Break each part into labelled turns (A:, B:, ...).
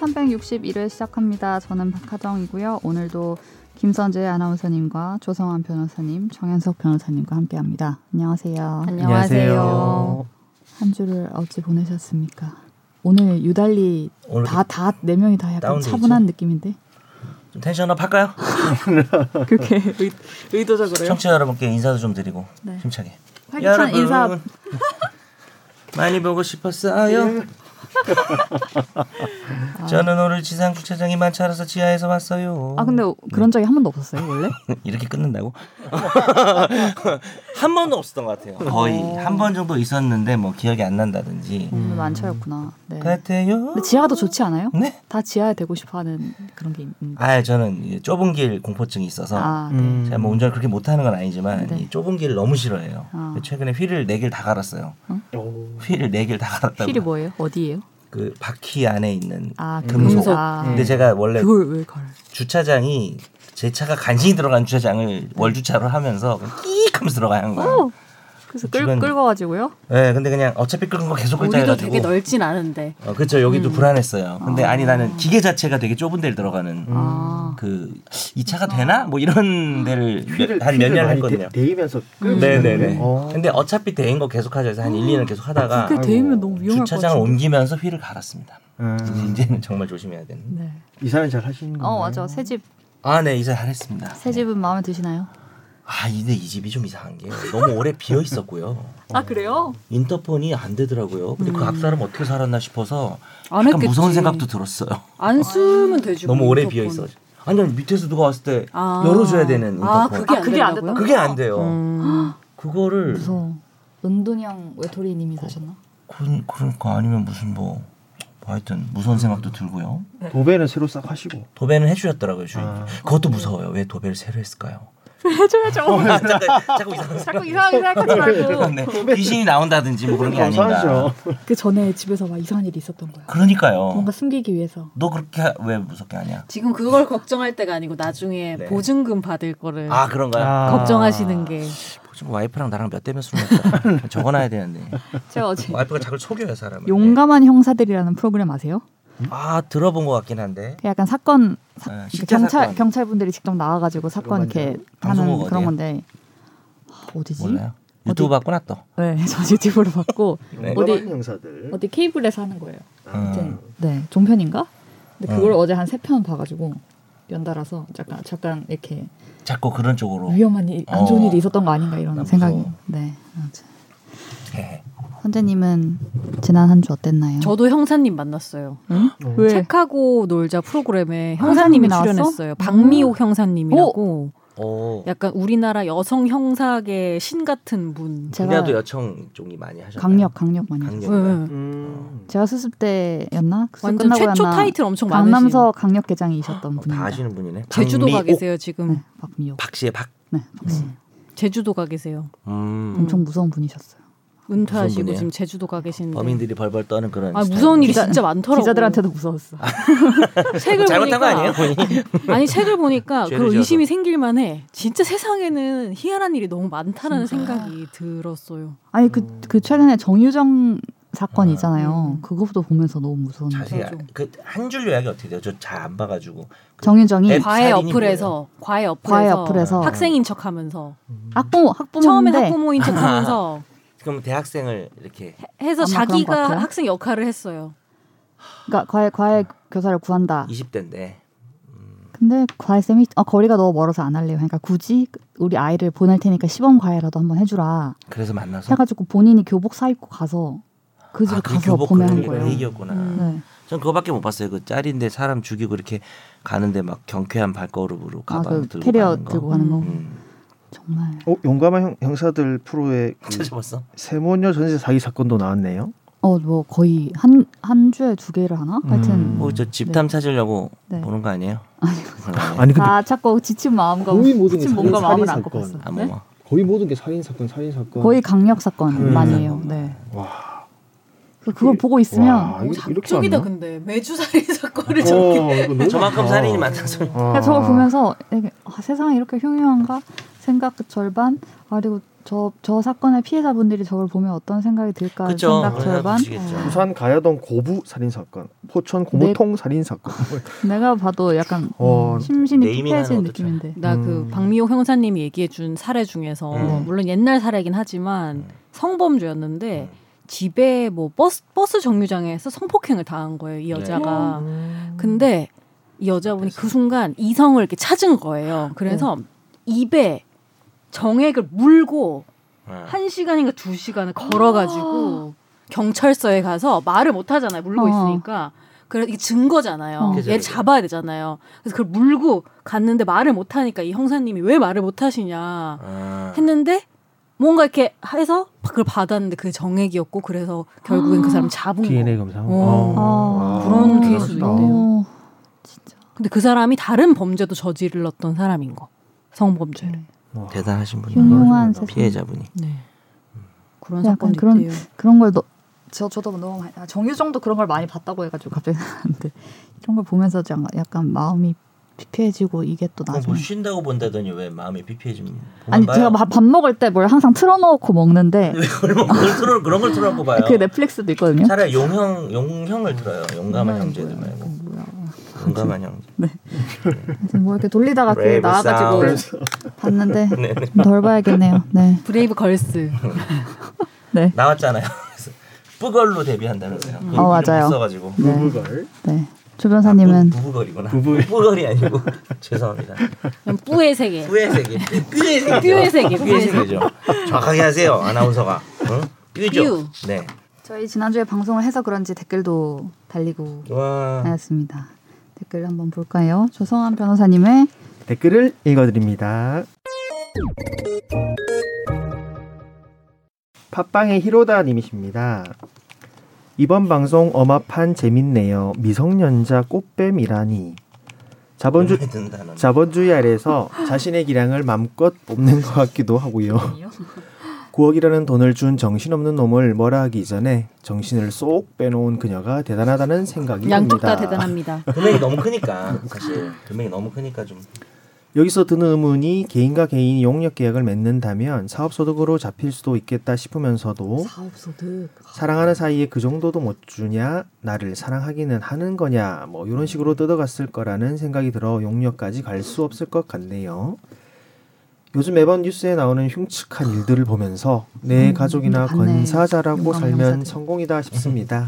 A: 161회 시작합니다. 저는 박하정이고요. 오늘도 김선재 아나운서님과 조성환 변호사님, 정현석 변호사님과 함께합니다. 안녕하세요.
B: 안녕하세요.
A: 한 주를 어찌 보내셨습니까? 오늘 유달리
C: 오늘
A: 다다네 명이 다 약간
C: 다운돼
A: 차분한 느낌인데
C: 좀 텐션업 할까요?
A: 그렇게 의, 의도적으로요?
C: 청취자 여러분께 인사도 좀 드리고
A: 네.
C: 힘차게.
A: 활기찬 인사
C: 많이 보고 싶었어요. 저는 오늘 지상 주차장이 많지않아서 지하에서 왔어요.
A: 아 근데 그런 적이 한 번도 없었어요 원래?
C: 이렇게 끊는다고? 한 번도 없었던 것 같아요. 거의
A: 어.
C: 한 번 정도 있었는데 뭐 기억이 안 난다든지.
A: 오늘 만차였구나. 네.
C: 같아요.
A: 근데 지하가 더 좋지 않아요?
C: 네.
A: 다 지하에 되고 싶어하는 그런 게 있는데.
C: 아 저는 이제 좁은 길 공포증이 있어서
A: 아, 네.
B: 음.
C: 제가 뭐 운전을 그렇게 못하는 건 아니지만
A: 네.
C: 이 좁은 길을 너무 싫어해요.
A: 아.
C: 최근에 휠을 네 개를 다 갈았어요.
B: 오.
C: 휠을 네 개를 다 갈았다고.
A: 휠이 뭐예요? 어디예요?
C: 그 바퀴 안에 있는
A: 아
C: 금속. 음.
A: 금속. 아,
C: 근데 제가 원래
A: 그걸 왜 걸?
C: 주차장이 제 차가 간신히 들어간 주차장을 월주차로 하면서 끼익 하면서 들어가야 하는 거예요.
A: 어, 그래서 끌
C: 주변-
A: 끌고 가지고
C: 네, 근데 그냥 어차피 끄는 거 계속 끌자
D: 우리도 되게
C: 해가지고.
D: 넓진 않은데
C: 어, 그렇죠. 여기도 불안했어요. 근데 아니 나는 기계 자체가 되게 좁은 데를 들어가는
A: 아.
C: 그 이 차가 되나 뭐 이런 데를 한
B: 휠을
C: 몇 년
B: 많이
C: 했거든요.
B: 대- 대이면서 끌고
C: 네네네.
B: 음. 어.
C: 근데 어차피 대인 거 계속 하자 해서 한 1, 2년 계속 하다가
A: 그게 되면 너무 위험할 것
C: 주차장을
A: 같은데.
C: 옮기면서 휠을 갈았습니다.
B: 음.
C: 이제는 정말 조심해야 되는.
A: 네.
B: 이사는 잘 하시는 거예요?
A: 어 맞아 새 집.
C: 아, 네, 이사 잘했습니다.
A: 새 집은 마음에 드시나요?
C: 아, 근데 이 집이 좀 이상한 게 너무 오래 비어 있었고요.
A: 아 그래요?
C: 인터폰이 안 되더라고요. 근데 그 앞 사람 어떻게 살았나 싶어서
D: 안
C: 약간
D: 했겠지.
C: 무서운 생각도 들었어요.
D: 안 쓰면 되지.
C: 너무
D: 뭐
C: 오래
D: 인터폰.
C: 비어 있어. 아니 아니 밑에서 누가 왔을 때
D: 아.
C: 열어줘야 되는 인터폰.
D: 아 그게
A: 아,
D: 안
A: 그게 안
D: 된다고요? 음.
A: 됐다고?
C: 그게 안 돼요. 그거를
A: 무서워. 은둔이 형 외톨이님이 사셨나?
C: 그런 그러니까 아니면 무슨 뭐, 뭐 하여튼 무서운 생각도 들고요.
B: 도배는 새로 싹 하시고.
C: 도배는 해주셨더라고요 주인.
B: 아.
C: 그것도 무서워요. 왜 도배를 새로 했을까요?
A: 해줘야죠.
C: 아, 잠깐, 자꾸 이상한
A: 자꾸 이상하게 생각하지 말고.
C: 그 네, 귀신이 나온다든지 뭐
B: 어,
C: 그런 게 아닌가.
B: 감사하죠.
E: 그 전에 집에서 막 이상한 일이 있었던 거야.
C: 그러니까요.
E: 뭔가 숨기기 위해서.
C: 너 그렇게 하- 왜 무섭게 하냐?
D: 지금 그걸 걱정할 때가 아니고 나중에
C: 네.
D: 보증금 받을 거를
C: 아 그런가요?
D: 걱정하시는 게
C: 지금 와이프랑 나랑 몇 대몇 술 먹었다. 적어놔야 되는데.
A: 제가 어제
C: 와이프가 자꾸 속여요 사람을.
A: 용감한 형사들이라는 프로그램 아세요?
C: 네. 아 들어본 것 같긴 한데.
A: 그 약간 사건 사-
D: 그
C: 아,
A: 이렇게
C: 실제
A: 경찰
C: 사건.
A: 경찰분들이 직접 나와가지고 사건
B: 그런
A: 이렇게 하는
C: 방송국
A: 그런
C: 어디야?
A: 건데 아, 어디지?
C: 몰라요. 유튜브 봤구나 또.
A: 네, 저 유튜브로 봤고
C: 네.
B: 어디
E: 어디-
B: 형사들.
E: 어디 케이블에서 하는 거예요.
B: 아.
C: 음.
A: 네 종편인가? 근데 그걸
C: 어.
E: 어제 한 세 편 봐가지고 연달아서 잠깐 잠깐 이렇게
C: 자꾸 그런 쪽으로.
E: 위험한 일, 안 좋은
C: 어.
E: 일이 있었던 거 아닌가
C: 나
E: 이런
C: 무서워.
E: 생각이.
A: 네 맞아.
C: 예.
A: 선재님은 지난 한 주 어땠나요?
D: 저도 형사님 만났어요.
A: 왜? 아,
D: 책하고 놀자 프로그램에 형사님이
A: 형사님이 나왔어?
D: 출연했어요. 박미옥 형사님이라고
C: 오.
D: 약간 우리나라 여성 형사계 신 같은 분.
A: 제가
C: 우리나라도 여청 종이 많이 하셨나요?
A: 강력 강력 많이 했어요.
C: 강력.
D: 응.
B: 음.
A: 제가 수습 때였나? 그 수습
D: 완전
A: 끝나고
D: 최초
A: 했나?
D: 타이틀 엄청 많으신.
A: 강남서 강력 계장이셨던
C: 어, 다
A: 분입니다.
C: 아시는 분이네.
D: 제주도 가
C: 박미옥.
D: 계세요 지금.
A: 네, 박미옥.
C: 박씨의 박.
A: 네, 박씨.
E: 음.
D: 제주도 가 계세요.
C: 음.
A: 엄청 무서운 분이셨어요.
C: 무서운
D: 은퇴하시고
C: 분이에요?
D: 지금 제주도 가 계신데.
C: 범인들이 벌벌 떠는 그런.
D: 음. 아
C: 스타일.
D: 무서운 일이
A: 기자-
D: 진짜 많더라고.
A: 기자들한테도
E: 음.
A: 무서웠어.
C: 아.
D: 책을
C: 잘못한 거
D: 보니까-
C: 아니에요? 본인이?
D: 아니 책을 보니까
C: 죄를
D: 그
C: 지어서.
D: 의심이 생길만해. 진짜 세상에는 희한한 일이 너무 많다라는 생각이 들었어요.
A: 아니 그
C: 음.
A: 그 최근에 정유정 사건 있잖아요.
D: 음.
A: 그거부터 보면서 너무 무서운.
C: 자세히
D: 좀.
C: 그한 줄 요약이 어떻게 돼요? 저 잘 안 봐가지고. 그
A: 정유정이
C: 앱
D: 과외
C: 살인이
D: 어플에서 과외 어플에서,
A: 과외 어플에서
D: 학생인 척하면서
A: 학부모 학부모인데
D: 처음엔 학부모인 척하면서
C: 그럼 대학생을 이렇게
D: 해서
A: 아마 그런 것
D: 자기가
A: 같아요.
D: 학생 역할을 했어요.
A: 그러니까 과외 과외 교사를 구한다.
C: 20대인데
A: 근데 과외 쌤이 어, 거리가 너무 멀어서 안 할래요. 그러니까 굳이 우리 아이를 보낼 테니까 시범 과외라도 한번 해주라.
C: 그래서 만나서
A: 해가지고 본인이 교복 사 입고 가서 그 집에
C: 아, 그게
A: 가서
C: 교복
A: 보내는
C: 그런
A: 거예요.
C: 얘기였구나.
D: 음.
A: 네,
C: 전 그거밖에 못 봤어요. 그 짤인데 사람 죽이고 이렇게 가는데 막 경쾌한 발걸음으로
A: 아,
C: 가방
A: 그
C: 들고
A: 캐리어
C: 가는 거.
A: 들고 가는 거
C: 음.
A: 정말
B: 어, 용감한 형, 형사들 프로의 그
C: 찾아봤어?
B: 세모녀 전세 사기 사건도 나왔네요.
A: 어 뭐 거의 한 한 주에 두 개를 하나? 하여튼
B: 음.
C: 뭐 저 집탐 찾으려고
A: 네.
C: 보는 거 아니에요? 아니
B: 아니 근데
A: 다 찾고 지친 마음과
B: 거의 모든 게
A: 지친 몸과
B: 살인
A: 마음을
B: 사건.
A: 안고 갔어요.
C: 아,
A: 네?
C: 뭐, 뭐.
B: 거의 모든 게 살인 사건, 살인 사건.
A: 거의 강력 사건
B: 음.
A: 많이에요. 네.
B: 와.
A: 그래서 그걸 보고 있으면
B: 와, 이거 이렇게 많나?
D: 갑자기다 근데 매주 살인 사건을 저
B: 어, 이거
A: 네?
B: 너무
C: 저만큼
B: 많다.
C: 살인이 많다 소리.
B: 아.
A: 그러니까 저걸 보면서 이게, 그 아, 세상이 이렇게 흉흉한가 생각 절반 아, 그리고 저, 저 사건의 피해자분들이 저걸 보면 어떤 생각이 들까
C: 그죠.
A: 생각 절반
B: 부산 가야동 고부 살인 사건, 포천 고무통 살인 사건.
A: 내가 봐도 약간
B: 어,
A: 심신이
C: 네이밍하는
A: 피폐해진
C: 것도 참.
A: 느낌인데
D: 나 그
B: 음.
D: 박미호 형사님이 얘기해 준 사례 중에서
C: 음.
D: 물론 옛날 사례긴 하지만
C: 음.
D: 성범죄였는데
A: 네.
D: 집에 뭐 버스 버스 정류장에서 성폭행을 당한 거예요 이 여자가
B: 네.
D: 아. 근데 이 여자분이 그 순간 이성을 이렇게 찾은
A: 아,
D: 거예요 그래서
A: 네.
D: 입에 정액을 물고
C: 음.
D: 한 시간인가 두 시간을 걸어가지고 경찰서에 가서 말을 못 하잖아요. 물고
A: 아. 어.
D: 있으니까. 그래 이게 증거잖아요.
A: 어.
C: 그죠,
D: 얘를
C: 그죠.
D: 잡아야 되잖아요. 그래서 그걸 물고 갔는데 말을 못 하니까 이 형사님이 왜 말을 못 하시냐
C: 아.
D: 했는데 뭔가 이렇게 해서 그걸 받았는데 그게 정액이었고 그래서 결국엔 그 사람 잡은
B: DNA
D: 거.
B: 검사.
D: 어.
A: 아, 어.
D: 그런
B: 대단하시다.
D: 케이스도 있네요. 근데 그 사람이 다른 범죄도 저질렀던 사람인 거. 성범죄를.
A: 네.
B: 와.
C: 대단하신 분이
A: 흉흉한
B: 그런
A: 세상
C: 피해자분이.
D: 네. 그런
A: 약간
D: 사건도
A: 그런-
D: 있대요.
A: 그런 걸 너, 저, 저도 너무 많이 아, 정유정도 그런 걸 많이 봤다고 해가지고 갑자기 나는데 이런 걸 보면서 좀 약간 마음이 피폐해지고 이게 또
C: 어,
A: 나중에
C: 뭐 쉰다고 본다더니 왜 마음이 피폐해지면
A: 아니 제가 밥, 밥 먹을 때 뭘 항상 틀어놓고 먹는데
C: 왜 그런 걸 틀어 그런 걸 틀어놓고 봐요.
A: 그 넷플릭스도 있거든요.
C: 차라리 용형 용형을 들어요. 용감한
A: 뭐야,
C: 형제들
A: 뭐야,
C: 말고
A: 뭐야.
C: 용감한 형제.
A: 그래서 뭐 이렇게 돌리다가 그
C: 브레이브
A: 나와가지고 봤는데
C: 네, 네.
A: 좀 덜 봐야겠네요. 네,
D: 브레이브 걸스.
A: 네,
C: 나왔잖아요. 그래서 뿌걸로 데뷔한다면서요. 그 이름
A: 음. 어, 맞아요.
C: 써가지고 아,
A: 네,
B: 부부걸.
A: 네. 조변사님은
C: 부부걸이구나.
B: 부부-
C: 부부걸이 아니고 죄송합니다.
D: 그냥 뿌의 세계.
C: 뿌의 세계. 뷰의 세계.
D: 뷰의 세계,
C: 뷰의
D: 뷰의
C: 세계죠. 정확하게 하세요 아나운서가. 응? 뷰죠. 네.
A: 저희 지난주에 방송을 해서 그런지 댓글도 달리고
C: 와.
A: 네. 하였습니다. 댓글 한번 볼까요? 조성환 변호사님의
B: 댓글을 읽어드립니다. 팟빵의 히로다님이십니다. 이번 방송 엄합한 재밌네요. 미성년자 꽃뱀이라니. 자본주
C: 마음에 든다, 나는.
B: 자본주의 아래서 자신의 기량을 맘껏 뽑는 것 같기도 하고요. 9억이라는 돈을 준 정신없는 놈을 뭐라 하기 전에 정신을 쏙 빼놓은 그녀가 대단하다는 생각이 듭니다.
D: 양쪽 다 대단합니다.
C: 금액이 너무 크니까 사실 금액이 너무 크니까 좀
B: 여기서 드는 의문이 개인과 개인이 용역 계약을 맺는다면 사업 소득으로 잡힐 수도 있겠다 싶으면서도
E: 사업소득.
B: 사랑하는 사이에 그 정도도 못 주냐 나를 사랑하기는 하는 거냐 뭐 이런 식으로 뜯어갔을 거라는 생각이 들어 용역까지 갈 수 없을 것 같네요. 요즘 매번 뉴스에 나오는 흉측한 일들을 보면서 내
A: 음,
B: 가족이나
A: 맞네.
B: 권사자라고
A: 용감한
B: 살면
A: 형사들.
B: 성공이다 싶습니다.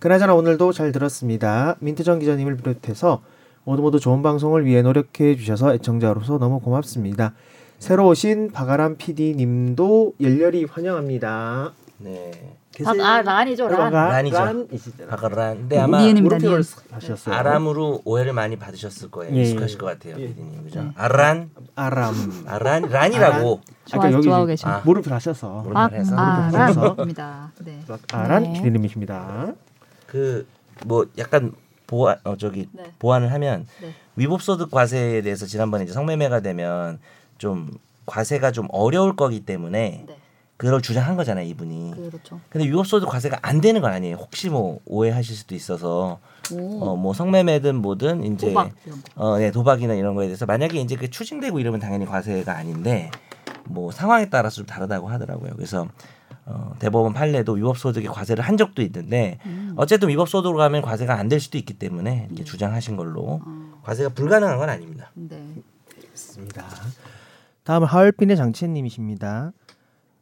B: 그나저나 오늘도 잘 들었습니다. 민트정 기자님을 비롯해서 모두 모두 좋은 방송을 위해 노력해 주셔서 애청자로서 너무 고맙습니다. 새로 오신 박아람 PD님도 열렬히 환영합니다.
C: 네.
E: 아 란이죠 란.
C: 란이죠.
B: 네, 란이시잖아.
C: 박아라. 근데 아마
A: 니은-
B: 물음표를 하셨어요.
C: 아람으로 오해를 많이 받으셨을 거예요.
B: 예,
C: 익숙하실
B: 예.
C: 것 같아요,
B: 예.
C: 피디님. 그죠? 아람,
B: 아람. 그러니까
C: 아란, 란이라고
A: 좋아, 좋아하고 계신
C: 아.
B: 무릎을 하셔서
C: 오늘
A: 아,
C: 해서
A: 아,
B: 그래서.
A: 라입니다. 네.
B: 아란
D: 네.
B: 기대님이십니다.
C: 그 뭐 약간 보완 어 저기
A: 네.
C: 보완을 하면
A: 네.
C: 위법 소득 과세에 대해서 지난번에 이제 성매매가 되면 좀 과세가 좀 어려울 거기 때문에
A: 네.
C: 그걸 주장한 거잖아요, 이분이.
A: 그렇죠.
C: 근데 위법소득 과세가 안 되는 건 아니에요. 혹시 뭐 오해하실 수도 있어서
A: 오.
C: 어 뭐 성매매든 뭐든 이제
A: 호박 음. 이런 거.
C: 어, 네, 도박이나 이런 거에 대해서 만약에 이제 그 추징되고 이러면 당연히 과세가 아닌데 뭐 상황에 따라서 좀 다르다고 하더라고요. 그래서 어, 대법원 판례도 위법소득에 과세를 한 적도 있는데
A: 음.
C: 어쨌든 위법소득으로 가면 과세가 안 될 수도 있기 때문에 이렇게 주장하신 걸로
A: 네. 어,
C: 과세가 불가능한 건 아닙니다.
A: 네.
B: 있습니다. 다음 하얼빈의 장채님이십니다.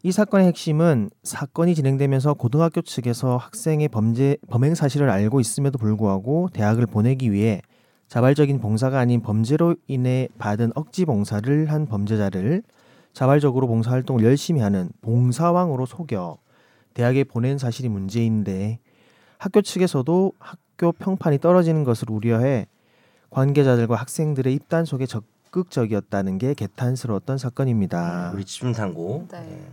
B: 이 사건의 핵심은 사건이 진행되면서 고등학교 측에서 학생의 범죄 범행 사실을 알고 있음에도 불구하고 대학을 보내기 위해 자발적인 봉사가 아닌 범죄로 인해 받은 억지 봉사를 한 범죄자를 자발적으로 봉사 활동을 열심히 하는 봉사왕으로 속여 대학에 보낸 사실이 문제인데 학교 측에서도 학교 평판이 떨어지는 것을 우려해 관계자들과 학생들의 입단 속에 적극적이었다는 게 개탄스러웠던 사건입니다.
C: 아, 우리 집중탐구.
A: 네.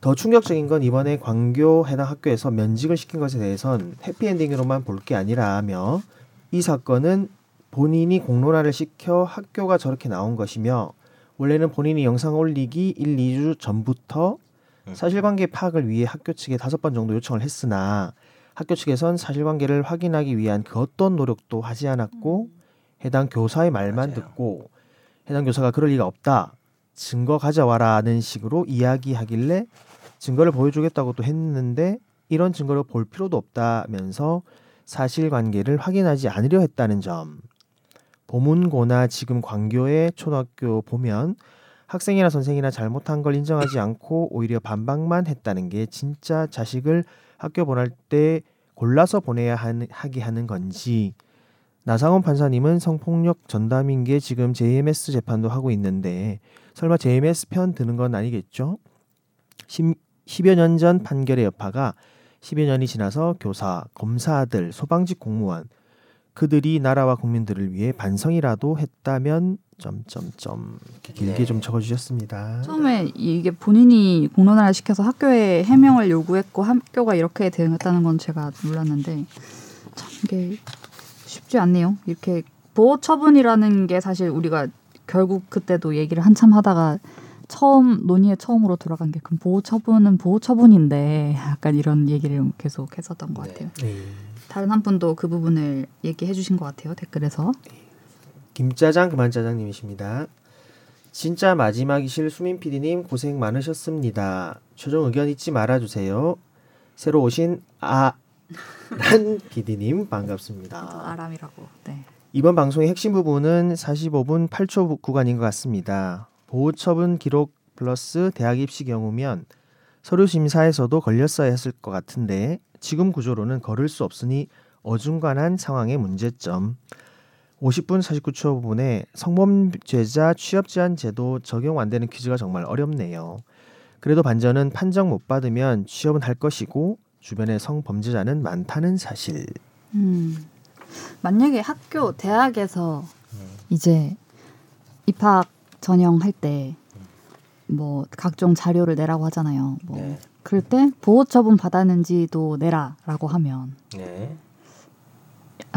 B: 더 충격적인 건 이번에 광교 해당 학교에서 면직을 시킨 것에 대해선 해피엔딩으로만 볼 게 아니라며 이 사건은 본인이 공론화를 시켜 학교가 저렇게 나온 것이며 원래는 본인이 영상 올리기 1, 2주 전부터
C: 음.
B: 사실관계 파악을 위해 학교 측에 다섯 번 정도 요청을 했으나 학교 측에선 사실관계를 확인하기 위한 그 어떤 노력도 하지 않았고 해당 교사의 말만
C: 음. 맞아요.
B: 듣고 해당 교사가 그럴 리가 없다 증거 가져와라는 식으로 이야기하길래 증거를 보여주겠다고 또 했는데 이런 증거를 볼 필요도 없다면서 사실관계를 확인하지 않으려 했다는 점. 보문고나 지금 광교의 초등학교 보면 학생이나 선생이나 잘못한 걸 인정하지 않고 오히려 반박만 했다는 게 진짜 자식을 학교 보낼 때 골라서 보내야 하는- 하게 하는 건지 나상원 판사님은 성폭력 전담인 게 지금 JMS 재판도 하고 있는데 설마 JMS 편 드는 건 아니겠죠? 10, 10여 년 전 판결의 여파가 10여 년이 지나서 교사, 검사들, 소방직 공무원 그들이 나라와 국민들을 위해 반성이라도 했다면 점점점 이렇게 길게
C: 네.
B: 좀 적어주셨습니다.
A: 처음에 이게 본인이 공론화를 시켜서 학교에 해명을 요구했고 학교가 이렇게 대응했다는 건 제가 몰랐는데 참 이게 쉽지 않네요. 이렇게 보호 처분이라는 게 사실 우리가 결국 그때도 얘기를 한참 하다가 처음 논의에 처음으로 돌아간 게 그럼 보호 처분은 보호 처분인데 약간 이런 얘기를 계속 했었던 것
C: 네.
A: 같아요.
B: 네.
A: 다른 한 분도 그 부분을 얘기해 주신 것 같아요 댓글에서.
B: 김짜장 그만짜장님이십니다. 진짜 마지막이실 수민 PD님 고생 많으셨습니다. 최종 의견 잊지 말아주세요. 새로 오신 아, 아란 PD님 반갑습니다.
A: 아람이라고. 네.
B: 이번 방송의 핵심 부분은 45분 8초 구간인 것 같습니다. 보호처분 기록 플러스 대학 입시 경우면 서류 심사에서도 걸렸어야 했을 것 같은데 지금 구조로는 걸을 수 없으니 어중간한 상황의 문제점. 50분 49초 부분에 성범죄자 취업 제한 제도 적용 안 되는 퀴즈가 정말 어렵네요. 그래도 반전은 판정 못 받으면 취업은 할 것이고 주변에 성범죄자는 많다는 사실.
A: 음. 만약에 학교 대학에서 이제 입학 전형 할 때 뭐 각종 자료를 내라고 하잖아요. 뭐
C: 네.
A: 그럴 때 보호 처분 받았는지도 내라라고 하면
C: 네.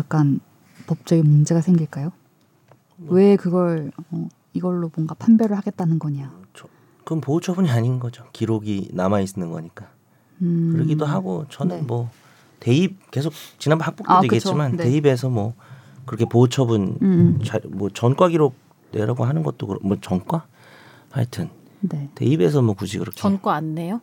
A: 약간 법적인 문제가 생길까요?
C: 뭐
A: 왜 그걸 어, 이걸로 뭔가 판별을 하겠다는 거냐?
C: 그건 보호 처분이 아닌 거죠. 기록이 남아 있는 거니까.
A: 음.
C: 그러기도 하고 저는
A: 네.
C: 뭐 대입 계속 지난번 학부도
A: 아, 그쵸.
C: 얘기했지만
A: 네.
C: 대입에서 뭐 그렇게 보호 처분
A: 음, 음.
C: 자- 뭐 전과 기록 내라고 하는 것도 그렇- 뭐 전과 하여튼
A: 네.
C: 대입에서 뭐 굳이 그렇게
D: 전과 안 내요?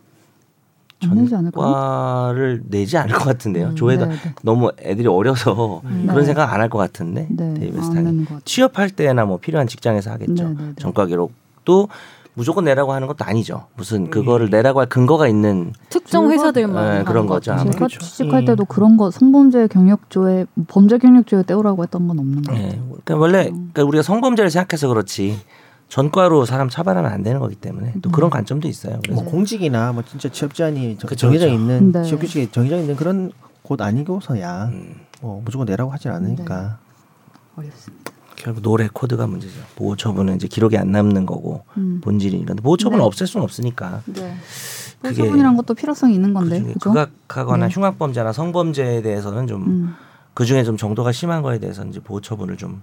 A: 안 내지 않을까?
C: 전과를 내지 않을 것 같은데요. 조회가
A: 네, 네.
C: 너무 애들이 어려서
A: 네.
C: 그런 생각 안 할 것 같은데
A: 네,
C: 대입에서
A: 안
C: 당연히
A: 내는 것 같아요.
C: 취업할 때나 뭐 필요한 직장에서 하겠죠.
A: 네, 네, 네.
C: 전과 기록도 무조건 내라고 하는 것도 아니죠. 무슨 그거를 내라고 할 근거가 있는
D: 특정
A: 증거?
D: 회사들만
C: 네,
D: 하는
C: 그런
D: 것
C: 거죠,
D: 같아요.
C: 아마.
A: 음. 제가
C: 그렇죠.
A: 취직할
B: 음.
A: 때도 그런 거 성범죄 경력조에 범죄 경력조에 떼우라고 했던 건 없는 것
C: 예,
A: 같아요.
C: 그러니까 원래
A: 음.
C: 그러니까 우리가 성범죄를 생각해서 그렇지 전과로 사람 차별하면 안 되는 거기 때문에
A: 음.
C: 또 그런 관점도 있어요. 그래서
B: 뭐 공직이나 뭐 진짜 취업 제한이 정-
C: 그쵸,
B: 정해져
C: 그쵸.
B: 있는
A: 네.
B: 취업 규칙이 정해져 있는 그런 곳 아니고서야
C: 음,
B: 뭐 무조건 내라고 하진 않으니까
A: 어렵습니다.
C: 결국 노래 코드가 문제죠. 보호 처분은 이제 기록이 안 남는 거고
A: 음.
C: 본질이 그런데 보호 처분을
A: 네.
C: 없앨 수는 없으니까
A: 네.
C: 뭐, 그게-
A: 보호처분이란 것도 필요성이 있는 건데,
C: 그중에
A: 네, 그죠?
C: 극악하거나
A: 네.
C: 흉악범죄나 성범죄에 대해서는 좀
A: 음.
C: 그중에 좀 정도가 심한 거에 대해서는 이제 보호 처분을 좀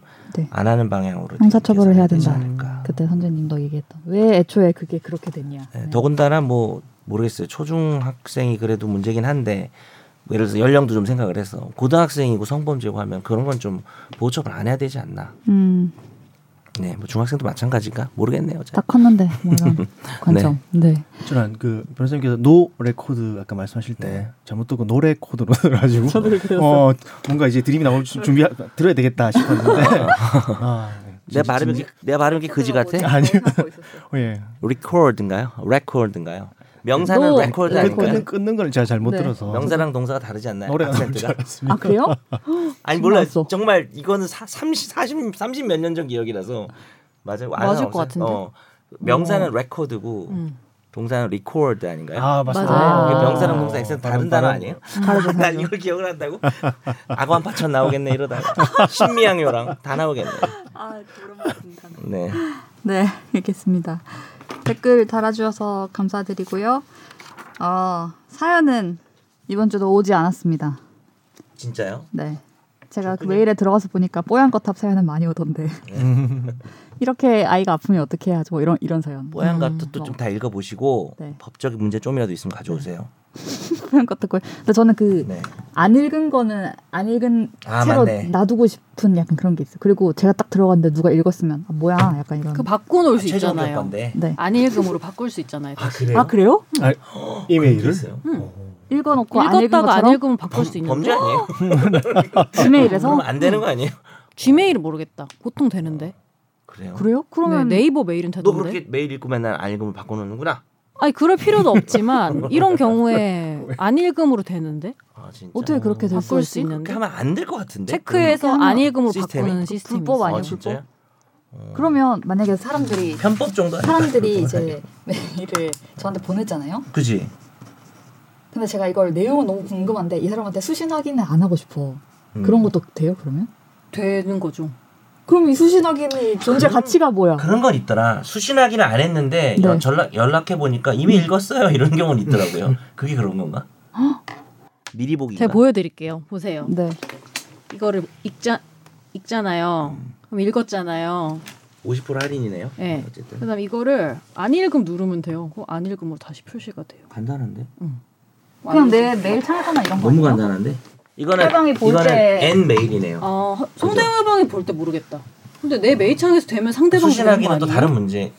C: 안
A: 네.
C: 하는 방향으로
A: 형사 처벌을 해야
C: 되지
A: 된다.
C: 않을까.
E: 그때 선재님도 얘기했던 왜 애초에 그게 그렇게 됐냐.
C: 네, 더군다나 뭐 모르겠어요. 초중학생이 그래도 문제긴 한데 뭐 예를 들어서 연령도 좀 생각을 해서 고등학생이고 성범죄고 하면 그런 건 좀 보호 처분 안 해야 되지 않나.
A: 음,
C: 네, 뭐 중학생도 마찬가지인가 모르겠네요.
A: 다
C: 잘.
A: 컸는데 뭐 이런 관점. 네.
B: 저는 그 변호사님께서 노 레코드 아까 말씀하실 때
C: 네.
B: 잘못 듣고 노 레코드로 들어가지고
E: 저도 그렇게 들었어요.
B: 어 뭔가 이제 드림이 나올 수- 준비 들어야 되겠다 싶었는데 아, 네.
C: 내 발음이 이렇게- 내 발음이 이렇게 그지 같아?
B: 아니요. 어, 예.
C: record인가요? record인가요? 명사는
E: 노
C: record
E: record.
B: 끊는
C: 아닌가요?
B: 끊는 걸 제가 잘못
E: 네.
B: 들어서
C: 명사랑 동사가 다르지 않나요?
B: 노래가 나올 줄
C: 악센트가?
B: 알았습니다.
E: 아 그래요?
C: 네. 아니 몰라
E: 몰랐어.
C: 정말 이거는 사, 30 40 30 몇 년 전 기억이라서 맞아요. 아는
D: 맞을
C: 없어요?
D: 것 같은데?
C: 어. 명사는 레코드고
D: 음.
C: 동사는 record 아닌가요?
B: 아
D: 맞아요.
B: 맞아요.
C: 이게
D: 아.
C: 명사랑 동사 액센트 다른 단어 아니에요?
A: 다르죠,
C: 난
A: 다르죠.
C: 이걸 기억을 한다고? 악어한 파천 나오겠네 이러다가 신미양요랑 다 나오겠네.
A: 아, 오랜만입니다.
C: 네.
A: 네, 알겠습니다. 댓글 달아주셔서 감사드리고요. 어, 사연은 이번 주도 오지 않았습니다.
C: 진짜요?
A: 네. 제가 그 메일에 들어가서 보니까 뽀얀 거탑 사연은 많이 오던데.
C: 음.
A: 이렇게 아이가 아프면 어떻게 해야죠? 뭐 이런 이런 사연.
C: 뽀얀 것도 또
A: 어.
C: 좀 다 읽어보시고
A: 네.
C: 법적인 문제 좀이라도 있으면 가져오세요.
A: 표현 같은 걸. 근데 저는 그 안
C: 네.
A: 읽은 거는 안 읽은
C: 아,
A: 채로
C: 맞네.
A: 놔두고 싶은 약간 그런 게 있어. 요 그리고 제가 딱 들어갔는데 누가 읽었으면 아, 뭐야 약간 이런.
D: 그 바꿔놓을 수
C: 최종 될
D: 있잖아요.
C: 건데.
A: 네.
D: 안 읽음으로 바꿀 수 있잖아요.
C: 아
D: 다시.
C: 그래요?
D: 그래요?
F: 이메일을
C: 있어요.
D: 음.
C: 어.
A: 읽어놓고 안 읽은
D: 읽었다가 안
A: 것처럼
D: 읽으면 바꿀 수 있는
C: 범죄 아니에요?
A: 지메일에서
C: 그럼 안 되는 거 아니에요?
D: 지메일은 모르겠다. 보통 되는데.
C: 그래요.
A: 그래요? 그러면
D: 네, 네이버 메일은
C: 너
D: 되던데.
C: 그렇게 매일 읽고 맨날 안 읽으면 바꿔놓는구나.
D: 아니 그럴 필요도 없지만 이런 경우에 안 읽음으로 되는데
C: 아 진짜.
A: 어떻게 그렇게 될 수
D: 바꿀
A: 있지?
D: 수
C: 그렇게
D: 있는데
C: 하면 안 될 것 같은데.
D: 체크해서
A: 그러면
D: 안 읽음으로
C: 네? 시스템이?
D: 바꾸는
C: 그
D: 시스템이
A: 불법
D: 있어요.
C: 아
A: 아니야,
C: 진짜요?
D: 네.
C: 어.
A: 그러면 만약에 사람들이
C: 편법 정도 아닐까?
A: 사람들이 이제
C: 음.
A: 메일을 저한테 보냈잖아요.
C: 그지.
A: 근데 제가 이걸 내용은 너무 궁금한데 이 사람한테 수신 확인을 안 하고 싶어.
C: 음.
A: 그런 것도 돼요 그러면?
D: 되는 거죠.
A: 그럼 이 수신 확인이 존재 가치가 뭐야?
C: 그런 건 있더라. 수신 확인을 안 했는데
A: 아, 네.
C: 연- 연락 연락해 보니까 이미 읽었어요. 이런 경우는
A: 음.
C: 있더라고요. 그게 그런 건가? 미리 보기.
D: 제가 보여드릴게요. 보세요.
A: 네.
D: 이거를 읽자 읽잖아요.
C: 음.
D: 그럼 읽었잖아요.
C: 50% 할인이네요.
D: 네.
C: 어쨌든
D: 그다음 이거를 안 읽음 누르면 돼요. 그거 안 읽음으로 다시 표시가 돼요.
C: 간단한데.
A: 음, 그냥 내 메일 창에서나 이런 거.
C: 너무
A: 아니에요?
C: 간단한데. 이거는
A: 해방이 볼
C: 이거는
A: 때-
C: N 메일이네요.
D: 아 하- 상대방이 볼 때 모르겠다. 근데 내 메일창에서 되면 상대방
C: 수신 확인은 또 다른 문제.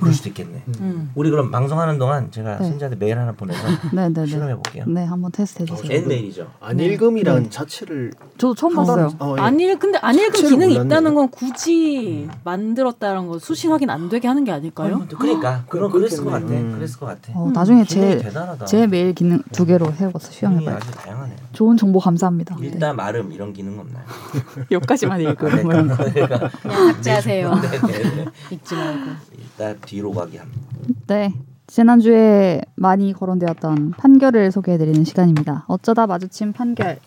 C: 그럴 수도 있겠네.
D: 음.
C: 우리 그럼 방송하는 동안 제가
A: 네.
C: 순자한테 메일 하나 보내서
A: 네, 네, 네.
C: 실험해 볼게요.
A: 네, 한번 테스트 해
F: 어,
A: 주세요.
F: 네.
C: N 메일이죠.
F: 안
A: 네.
F: 읽음이라는
A: 네.
F: 자체를
A: 저도
C: 아,
A: 처음
F: 한
A: 봤어요.
F: 번- 어, 예.
D: 안일 근데 안 읽은
F: 자체를
D: 기능이
F: 몰랐네.
D: 있다는 건
C: 음.
D: 굳이 만들었다는 거 수신 확인 안 되게 하는 게 아닐까요?
C: 그러니까 그런 그랬을 것 같아.
F: 그렇겠네.
C: 그랬을 것 같아.
A: 어, 나중에 제
C: 굉장히 대단하다.
A: 제 메일 기능 두 개로 해봐서
C: 기능이
A: 시험해봐요.
C: 아주 다양하네요.
A: 좋은 정보 감사합니다.
C: 음. 일단 마름 이런 기능 없나요?
A: 여기까지만 읽고
C: 네, 그러니까
D: 그냥 삭제하세요.
C: 네, 네, 네.
D: 읽지 말고.
C: 일단 뒤로 가기 합니다.
A: 네. 지난주에 많이 거론되었던 판결을 소개해드리는 시간입니다. 어쩌다 마주친 판결.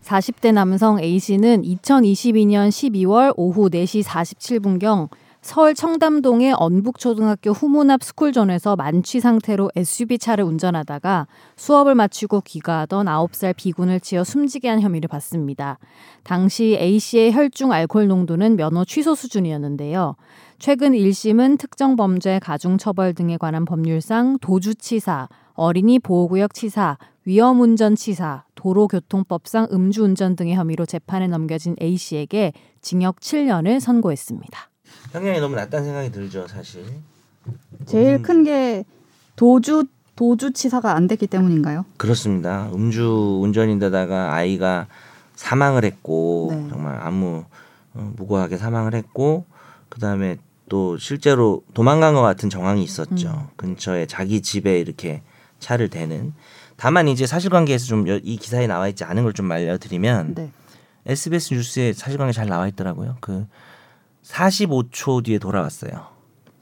D: 사십 대 남성 A씨는 2022년 12월 오후 4시 47분경 서울 청담동의 언북초등학교 후문 앞 스쿨존에서 만취 상태로 SUV 차를 운전하다가 수업을 마치고 귀가하던 9살 비군을 치어 숨지게 한 혐의를 받습니다. 당시 A씨의 혈중 알코올 농도는 면허 취소 수준이었는데요. 최근 1심은 특정 범죄 가중 처벌 등에 관한 법률상 도주치사, 어린이 보호구역 치사, 위험운전 치사, 도로교통법상 음주운전 등의 혐의로 재판에 넘겨진 A 씨에게 징역 7년을 선고했습니다.
C: 형량이 너무 낮다는 생각이 들죠, 사실. 음.
A: 제일 큰 게 도주 도주 치사가 안 됐기 때문인가요?
C: 그렇습니다. 음주 운전인데다가 아이가 사망을 했고
A: 네.
C: 정말 아무 어, 무고하게 사망을 했고 그 다음에 또 실제로 도망간 것 같은 정황이 있었죠.
A: 음.
C: 근처에 자기 집에 이렇게 차를 대는. 다만 이제 사실관계에서 좀 이 기사에 나와 있지 않은 걸 좀 알려드리면
A: 네.
C: SBS 뉴스에 사실관계 잘 나와 있더라고요. 그 45초 뒤에 돌아왔어요.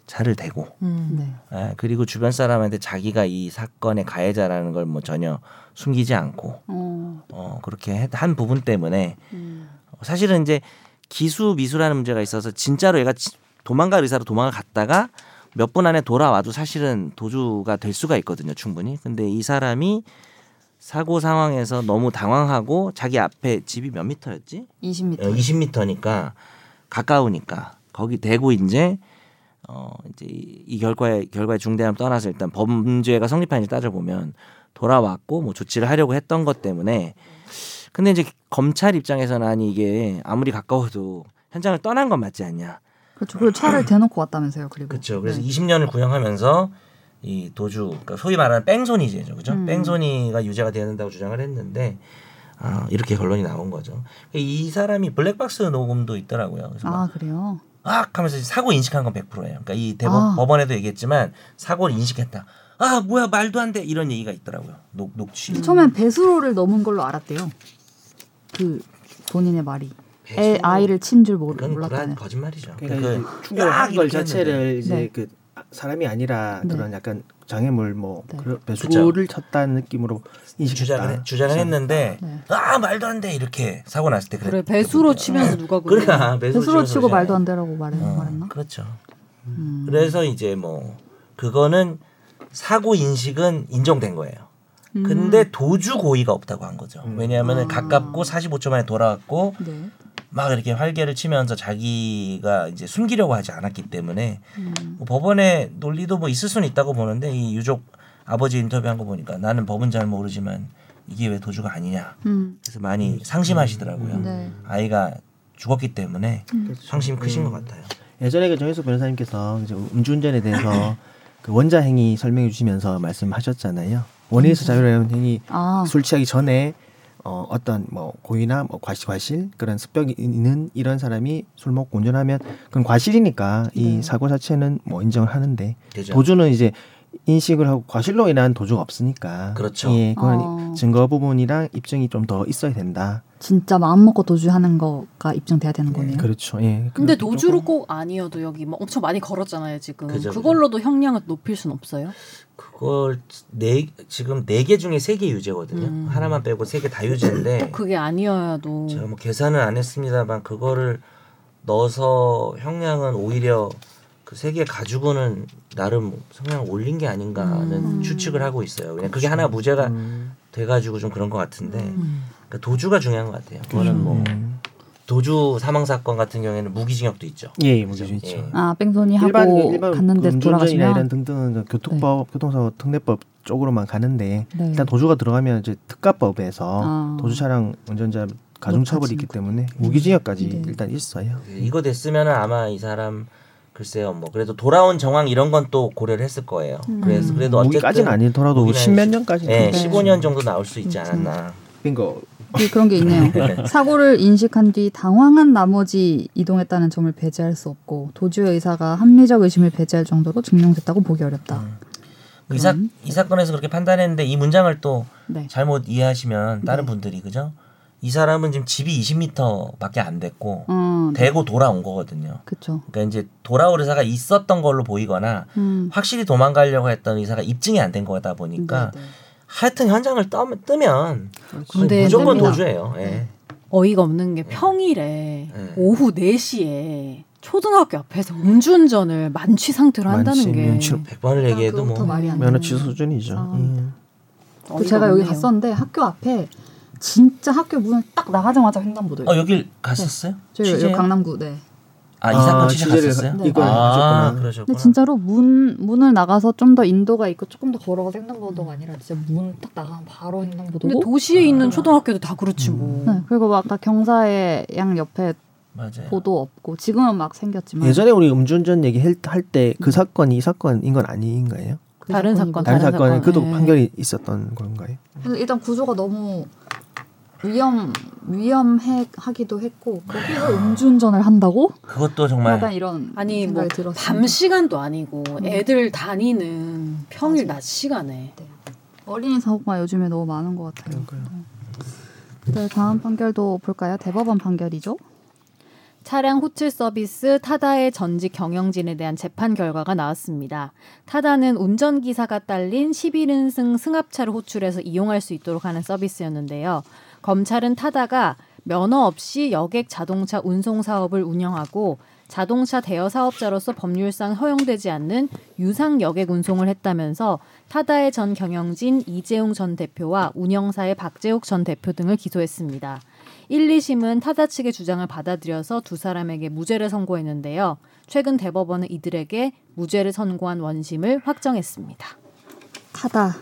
C: 차를 대고.
A: 네.
C: 예, 그리고 주변 사람한테 자기가 이 사건의 가해자라는 걸 뭐 전혀 숨기지 않고
A: 어.
C: 어, 그렇게 해- 한 부분 때문에 어, 사실은 이제 기수 미수라는 문제가 있어서 진짜로 얘가 지- 도망갈 의사로 도망을 갔다가 몇 분 안에 돌아와도 사실은 도주가 될 수가 있거든요 충분히 근데 이 사람이 사고 상황에서 너무 당황하고 자기 앞에 집이 몇 미터였지
A: 20m.
C: 20m니까 어, 가까우니까 거기 대고 이제 어 이제 이, 이 결과의 결과의 중대함 떠나서 일단 범죄가 성립한지 따져보면 돌아왔고 뭐 조치를 하려고 했던 것 때문에 근데 이제 검찰 입장에서는 아니 이게 아무리 가까워도 현장을 떠난 건 맞지 않냐
A: 그렇죠. 그리고 차를 대놓고 왔다면서요. 그리고.
C: 그렇죠. 그래서
A: 네.
C: 20년을 구형하면서 이 도주, 그러니까 소위 말하는 뺑소니죄죠, 그죠?
A: 음.
C: 뺑소니가 유죄가 되야 된다고 주장을 했는데 아, 이렇게 결론이 나온 거죠. 이 사람이 블랙박스 녹음도 있더라고요. 그래서 막
A: 아 그래요.
C: 악 하면서 사고 인식한 건 100%예요. 그러니까 이 대법
A: 아.
C: 법원에도 얘기했지만 사고를 인식했다. 아 뭐야 말도 안 돼 이런 얘기가 있더라고요. 녹 녹취.
A: 처음엔 배수로를 넘은 걸로 알았대요. 그 본인의 말이. 애 아이를 친 줄
C: 그건 불안
A: 몰랐다는.
C: 거짓말이죠.
B: 그러니까
C: 그-
B: 그 충격한 걸
C: 이렇게
B: 자체를 이제
A: 아, 네.
B: 그 사람이 아니라
A: 네.
B: 그런 약간 장애물 뭐
A: 네.
B: 그런 배수를 쳤다는 느낌으로
C: 주장을
B: 인식했다.
C: 해- 주장을 했는데
A: 네.
C: 아 말도 안 돼 이렇게 사고 났을 때
D: 네,
C: 그래.
D: 그래 배수로 치면서 누가 그래?
C: 그러니까
A: 배수로 치고
C: 그러잖아요.
A: 말도 안 되라고 말해
C: 어,
A: 말했나?
C: 그렇죠.
A: 음.
C: 그래서 이제 뭐 그거는 사고 인식은 인정된 거예요. 근데 도주 고의가 없다고 한 거죠. 왜냐하면
A: 음. 아.
C: 가깝고 45초 만에 돌아왔고
A: 네.
C: 막 이렇게 활개를 치면서 자기가 이제 숨기려고 하지 않았기 때문에
A: 음.
C: 뭐 법원의 논리도 뭐 있을 수는 있다고 보는데 이 유족 아버지 인터뷰한 거 보니까 나는 법은 잘 모르지만 이게 왜 도주가 아니냐
A: 음.
C: 그래서 많이 상심하시더라고요.
D: 음.
A: 네.
C: 아이가 죽었기 때문에
D: 그렇죠.
C: 상심 크신 것 같아요.
B: 예전에 그 정혜수 변호사님께서 이제 음주운전에 대해서 그 원자 행위 설명해 주시면서 말씀하셨잖아요. 원인에서 자유로운 행위
A: 네. 아.
B: 술 취하기 전에 어, 어떤 뭐 고의나 뭐 과시 과실 그런 습벽이 있는 이런 사람이 술 먹고 운전하면 그건 과실이니까 이
A: 네.
B: 사고 자체는 뭐 인정을 하는데
C: 그죠.
B: 도주는 이제 인식을 하고 과실로 인한 도주가 없으니까
C: 그렇죠.
B: 예, 그건
A: 어.
B: 증거 부분이랑 입증이 좀 더 있어야 된다.
A: 진짜 마음 먹고 도주하는 거가 입증돼야 되는 거네요.
B: 그렇죠. 예.
D: 근데
B: 그것도
D: 노주로
B: 조금-
D: 꼭 아니어도 여기 막 엄청 많이 걸었잖아요 지금.
C: 그죠, 그죠.
D: 그걸로도 형량을 높일 순 없어요.
C: 그걸 네 지금 네 개 중에 세 개 유죄거든요.
D: 음.
C: 하나만 빼고 세 개 다 유죄인데
D: 그게 아니어야도
C: 제가 뭐 계산은 안 했습니다만 그거를 넣어서 형량은 오히려 그 세 개 가지고는 나름 성향을 올린 게 아닌가 하는
D: 음.
C: 추측을 하고 있어요. 그냥 그게 하나 무죄가
B: 음.
C: 돼가지고 좀 그런 것 같은데
D: 음.
C: 그러니까 도주가 중요한 것 같아요. 그거는 뭐
B: 음.
C: 도주 사망 사건 같은 경우에는 무기징역도 있죠.
B: 예, 예, 무죄 있죠.
C: 예.
A: 아 뺑소니 하고
B: 일반 일반
A: 갔는데
B: 그 운전이나 이런
A: 돌아가시면
B: 등등은 교통법 교통사고 특례법 쪽으로만 가는데
A: 네.
B: 일단 도주가 들어가면 이제 특가법에서
A: 아.
B: 도주 차량 운전자 가중 처벌이 있기 때문에 무기징역까지
A: 네.
B: 일단 있어요.
C: 예, 이거 됐으면 아마 이 사람 글쎄요 뭐 그래도 돌아온 정황 이런 건 또 고려를 했을 거예요.
D: 음.
C: 그래서 그래도
B: 무기까지는
C: 어쨌든
B: 뭐 아니더라도
C: 무기나
B: 십몇
C: 이제-
B: 년까지
A: 네.
C: 예, 15년 정도 나올 수 있지
D: 그렇죠.
C: 않았나.
B: 빙고
A: 그- 그런 게 있네요. 사고를 인식한 뒤 당황한 나머지 이동했다는 점을 배제할 수 없고 도주의 의사가 합리적 의심을 배제할 정도로 증명됐다고 보기
C: 음.
A: 어렵다.
D: 음.
C: 이, 사, 이 사건에서 그렇게 판단했는데 이 문장을 또
A: 네.
C: 잘못 이해하시면
D: 네.
C: 다른 분들이 그죠? 이 사람은 지금 집이 20m밖에 안 됐고
D: 음.
A: 어, 네.
C: 대고 돌아온 거거든요.
A: 그렇죠.
C: 그러니까 이제 돌아올 의사가 있었던 걸로 보이거나
A: 음.
C: 확실히 도망가려고 했던 의사가 입증이 안 된 거다 보니까
D: 음.
A: 네, 네.
C: 하여튼 현장을 떠- 뜨면
D: 군대에
C: 무조건
D: 네, 뜹니다.
C: 도주예요. 예.
D: 어이가 없는 게 평일에
C: 네.
D: 오후 4시에 초등학교 앞에서 음주운전을 만취 상태로 한다는 게
B: 만취,
C: 100번을 얘기해도
A: 그것부터
C: 뭐
A: 말이 안
B: 면허
A: 되는
B: 취소 수준이죠.
A: 아.
B: 음.
A: 그
D: 어이가
A: 제가 여기
D: 없네요.
A: 갔었는데 학교 앞에 진짜 학교 문 딱 나가자마자 횡단보도예요.
C: 어, 여길 갔었어요?
A: 저희 여기
C: 취재요?
A: 강남구 네.
C: 아, 이 사건 취재
B: 취재를
C: 갔었어요?
A: 가-
B: 네. 이걸
C: 아,
B: 하셨구나.
C: 그러셨구나.
A: 근데 진짜로 문 문을 나가서 좀 더 인도가 있고 조금 더 걸어가서 횡단보도가 아니라 진짜 문 딱 나가면 바로
D: 근데
A: 횡단보도고.
D: 도시에 있는 초등학교도 다 그렇지 뭐.
A: 네, 그리고 막 다 경사의 양 옆에
C: 맞아요.
A: 보도 없고 지금은 막 생겼지만
B: 예전에 우리 음주운전 얘기할 때 그 사건이 이 사건인 건 아닌 거예요?
A: 그
D: 다른
A: 사건이고.
D: 사건,
B: 다른
D: 다른
B: 사건에
D: 사건.
B: 그도
D: 네.
B: 판결이 있었던 건가요?
A: 그래서 일단 구조가 너무 위험 위험하기도 했고 거기서 음주운전을 한다고
C: 그것도 정말
A: 약간 이런 생각이
D: 아니
A: 음.
D: 뭐
A: 들었어요.
D: 밤 시간도 아니고 애들 다니는 평일
A: 맞아요.
D: 낮 시간에
A: 어린이 사고가 요즘에 너무 많은 것 같아요.
B: 그러니까요.
A: 네, 다음 판결도 볼까요? 대법원 판결이죠.
D: 차량 호출 서비스 타다의 전직 경영진에 대한 재판 결과가 나왔습니다. 타다는 운전기사가 딸린 11인승 승합차를 호출해서 이용할 수 있도록 하는 서비스였는데요. 검찰은 타다가 면허 없이 여객 자동차 운송 사업을 운영하고 자동차 대여 사업자로서 법률상 허용되지 않는 유상 여객 운송을 했다면서 타다의 전 경영진 이재용 전 대표와 운영사의 박재욱 전 대표 등을 기소했습니다. 1, 2심은 타다 측의 주장을 받아들여서 두 사람에게 무죄를 선고했는데요. 최근 대법원은 이들에게 무죄를 선고한 원심을 확정했습니다.
A: 타다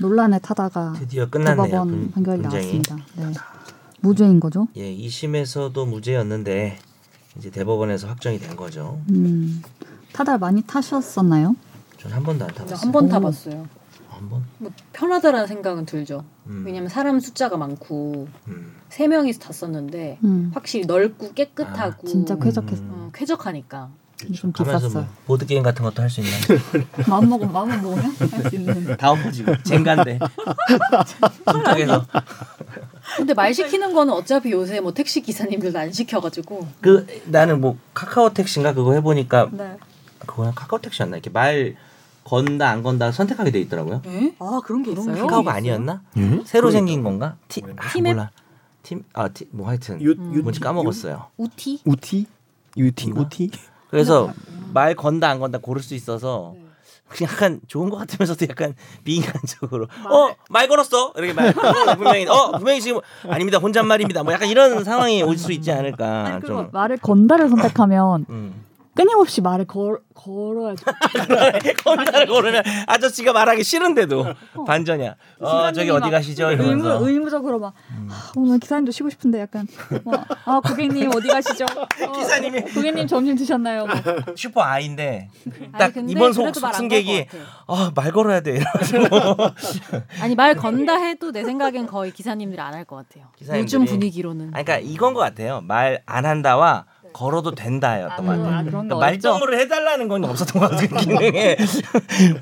A: 논란에 타다가
C: 드디어 끝났네요. 음,
A: 대법원
C: 분-
A: 판결이
C: 분쟁이.
A: 나왔습니다. 네. 무죄인 거죠?
C: 예, 2심에서도 무죄였는데 이제 대법원에서 확정이 된 거죠.
A: 음. 타다 많이 타셨었나요?
C: 전 한 번도 안 타봤어요.
D: 한 번
A: 오.
D: 타봤어요.
C: 한 번?
D: 뭐 편하다라는 생각은 들죠.
C: 음,
D: 왜냐면 사람 숫자가 많고
C: 음.
D: 세 명이서 탔었는데
A: 음.
D: 확실히 넓고 깨끗하고
A: 진짜 쾌적했어.
C: 음.
D: 어, 쾌적하니까
A: 좀
C: 가면서
A: 비쌌어요.
C: 뭐 보드 게임 같은 것도 할 수 있나요?
A: 마음 먹으면 마음 먹으면 할 수 있는.
C: 다운포지 젠간데 저쪽에서
D: 근데 말 시키는 거는 어차피 요새 뭐 택시 기사님들도 안 시켜가지고
C: 그 나는 뭐 카카오 택시인가 그거 해보니까
A: 네.
C: 그거는 카카오 택시였나 이렇게 말 건다 안 건다 선택하게 돼 있더라고요.
D: 에?
A: 아 그런 게 있어요?
C: 카카오가 아니었나?
B: 음?
C: 새로 생긴 건가? 티, 아,
D: 팀앱?
C: 몰라. 팀, 아, 팀, 뭐 하여튼
B: 유-
D: 음.
B: 유-
C: 뭔지 까먹었어요.
D: 우티
B: 우티? 유티?
C: 뭔가?
B: 우티?
C: 그래서 말 건다 안 건다 고를 수 있어서 약간 좋은 것 같으면서도 약간 비인간적으로 어 말 걸었어 이렇게 말 걸었어. 분명히 어 분명히 지금 아닙니다 혼잣말입니다 뭐 약간 이런 상황이 올 수 있지 않을까
A: 아니 그리고
C: 좀
A: 말을 건다를 선택하면
C: 음.
E: 끊임없이 말을 걸, 걸어야죠.
C: 건달 걸으면 아저씨가 말하기 싫은데도 반전이야 어
A: 순간
C: 저기
A: 눈이
C: 어디
A: 막
C: 가시죠
A: 의무
C: 이러면서 음.
A: 의무적으로 막 아, 오늘 기사님도 쉬고 싶은데 약간 막, 아 고객님 어디 가시죠? 어,
C: 기사님이
A: 고객님 점심 드셨나요? 뭐, 막.
C: 슈퍼 아이인데
D: 아니,
C: 딱
D: 근데
C: 이번 속-
D: 그래도 말안
C: 승객이
D: 걸것 같아.
C: 아 말 걸어야 돼 이러면서
D: 아니 말 건다 해도 내 생각엔 거의 기사님들이 안 할 것 같아요.
C: 기사님들이-
D: 요즘 분위기로는 네.
C: 아니, 그러니까 이건 것 같아요 말 안 한다와 걸어도 된다였던 것 같아요.
A: 그런
C: 그러니까 말정으로 해달라는 건 없었던 것 같아요. 기능에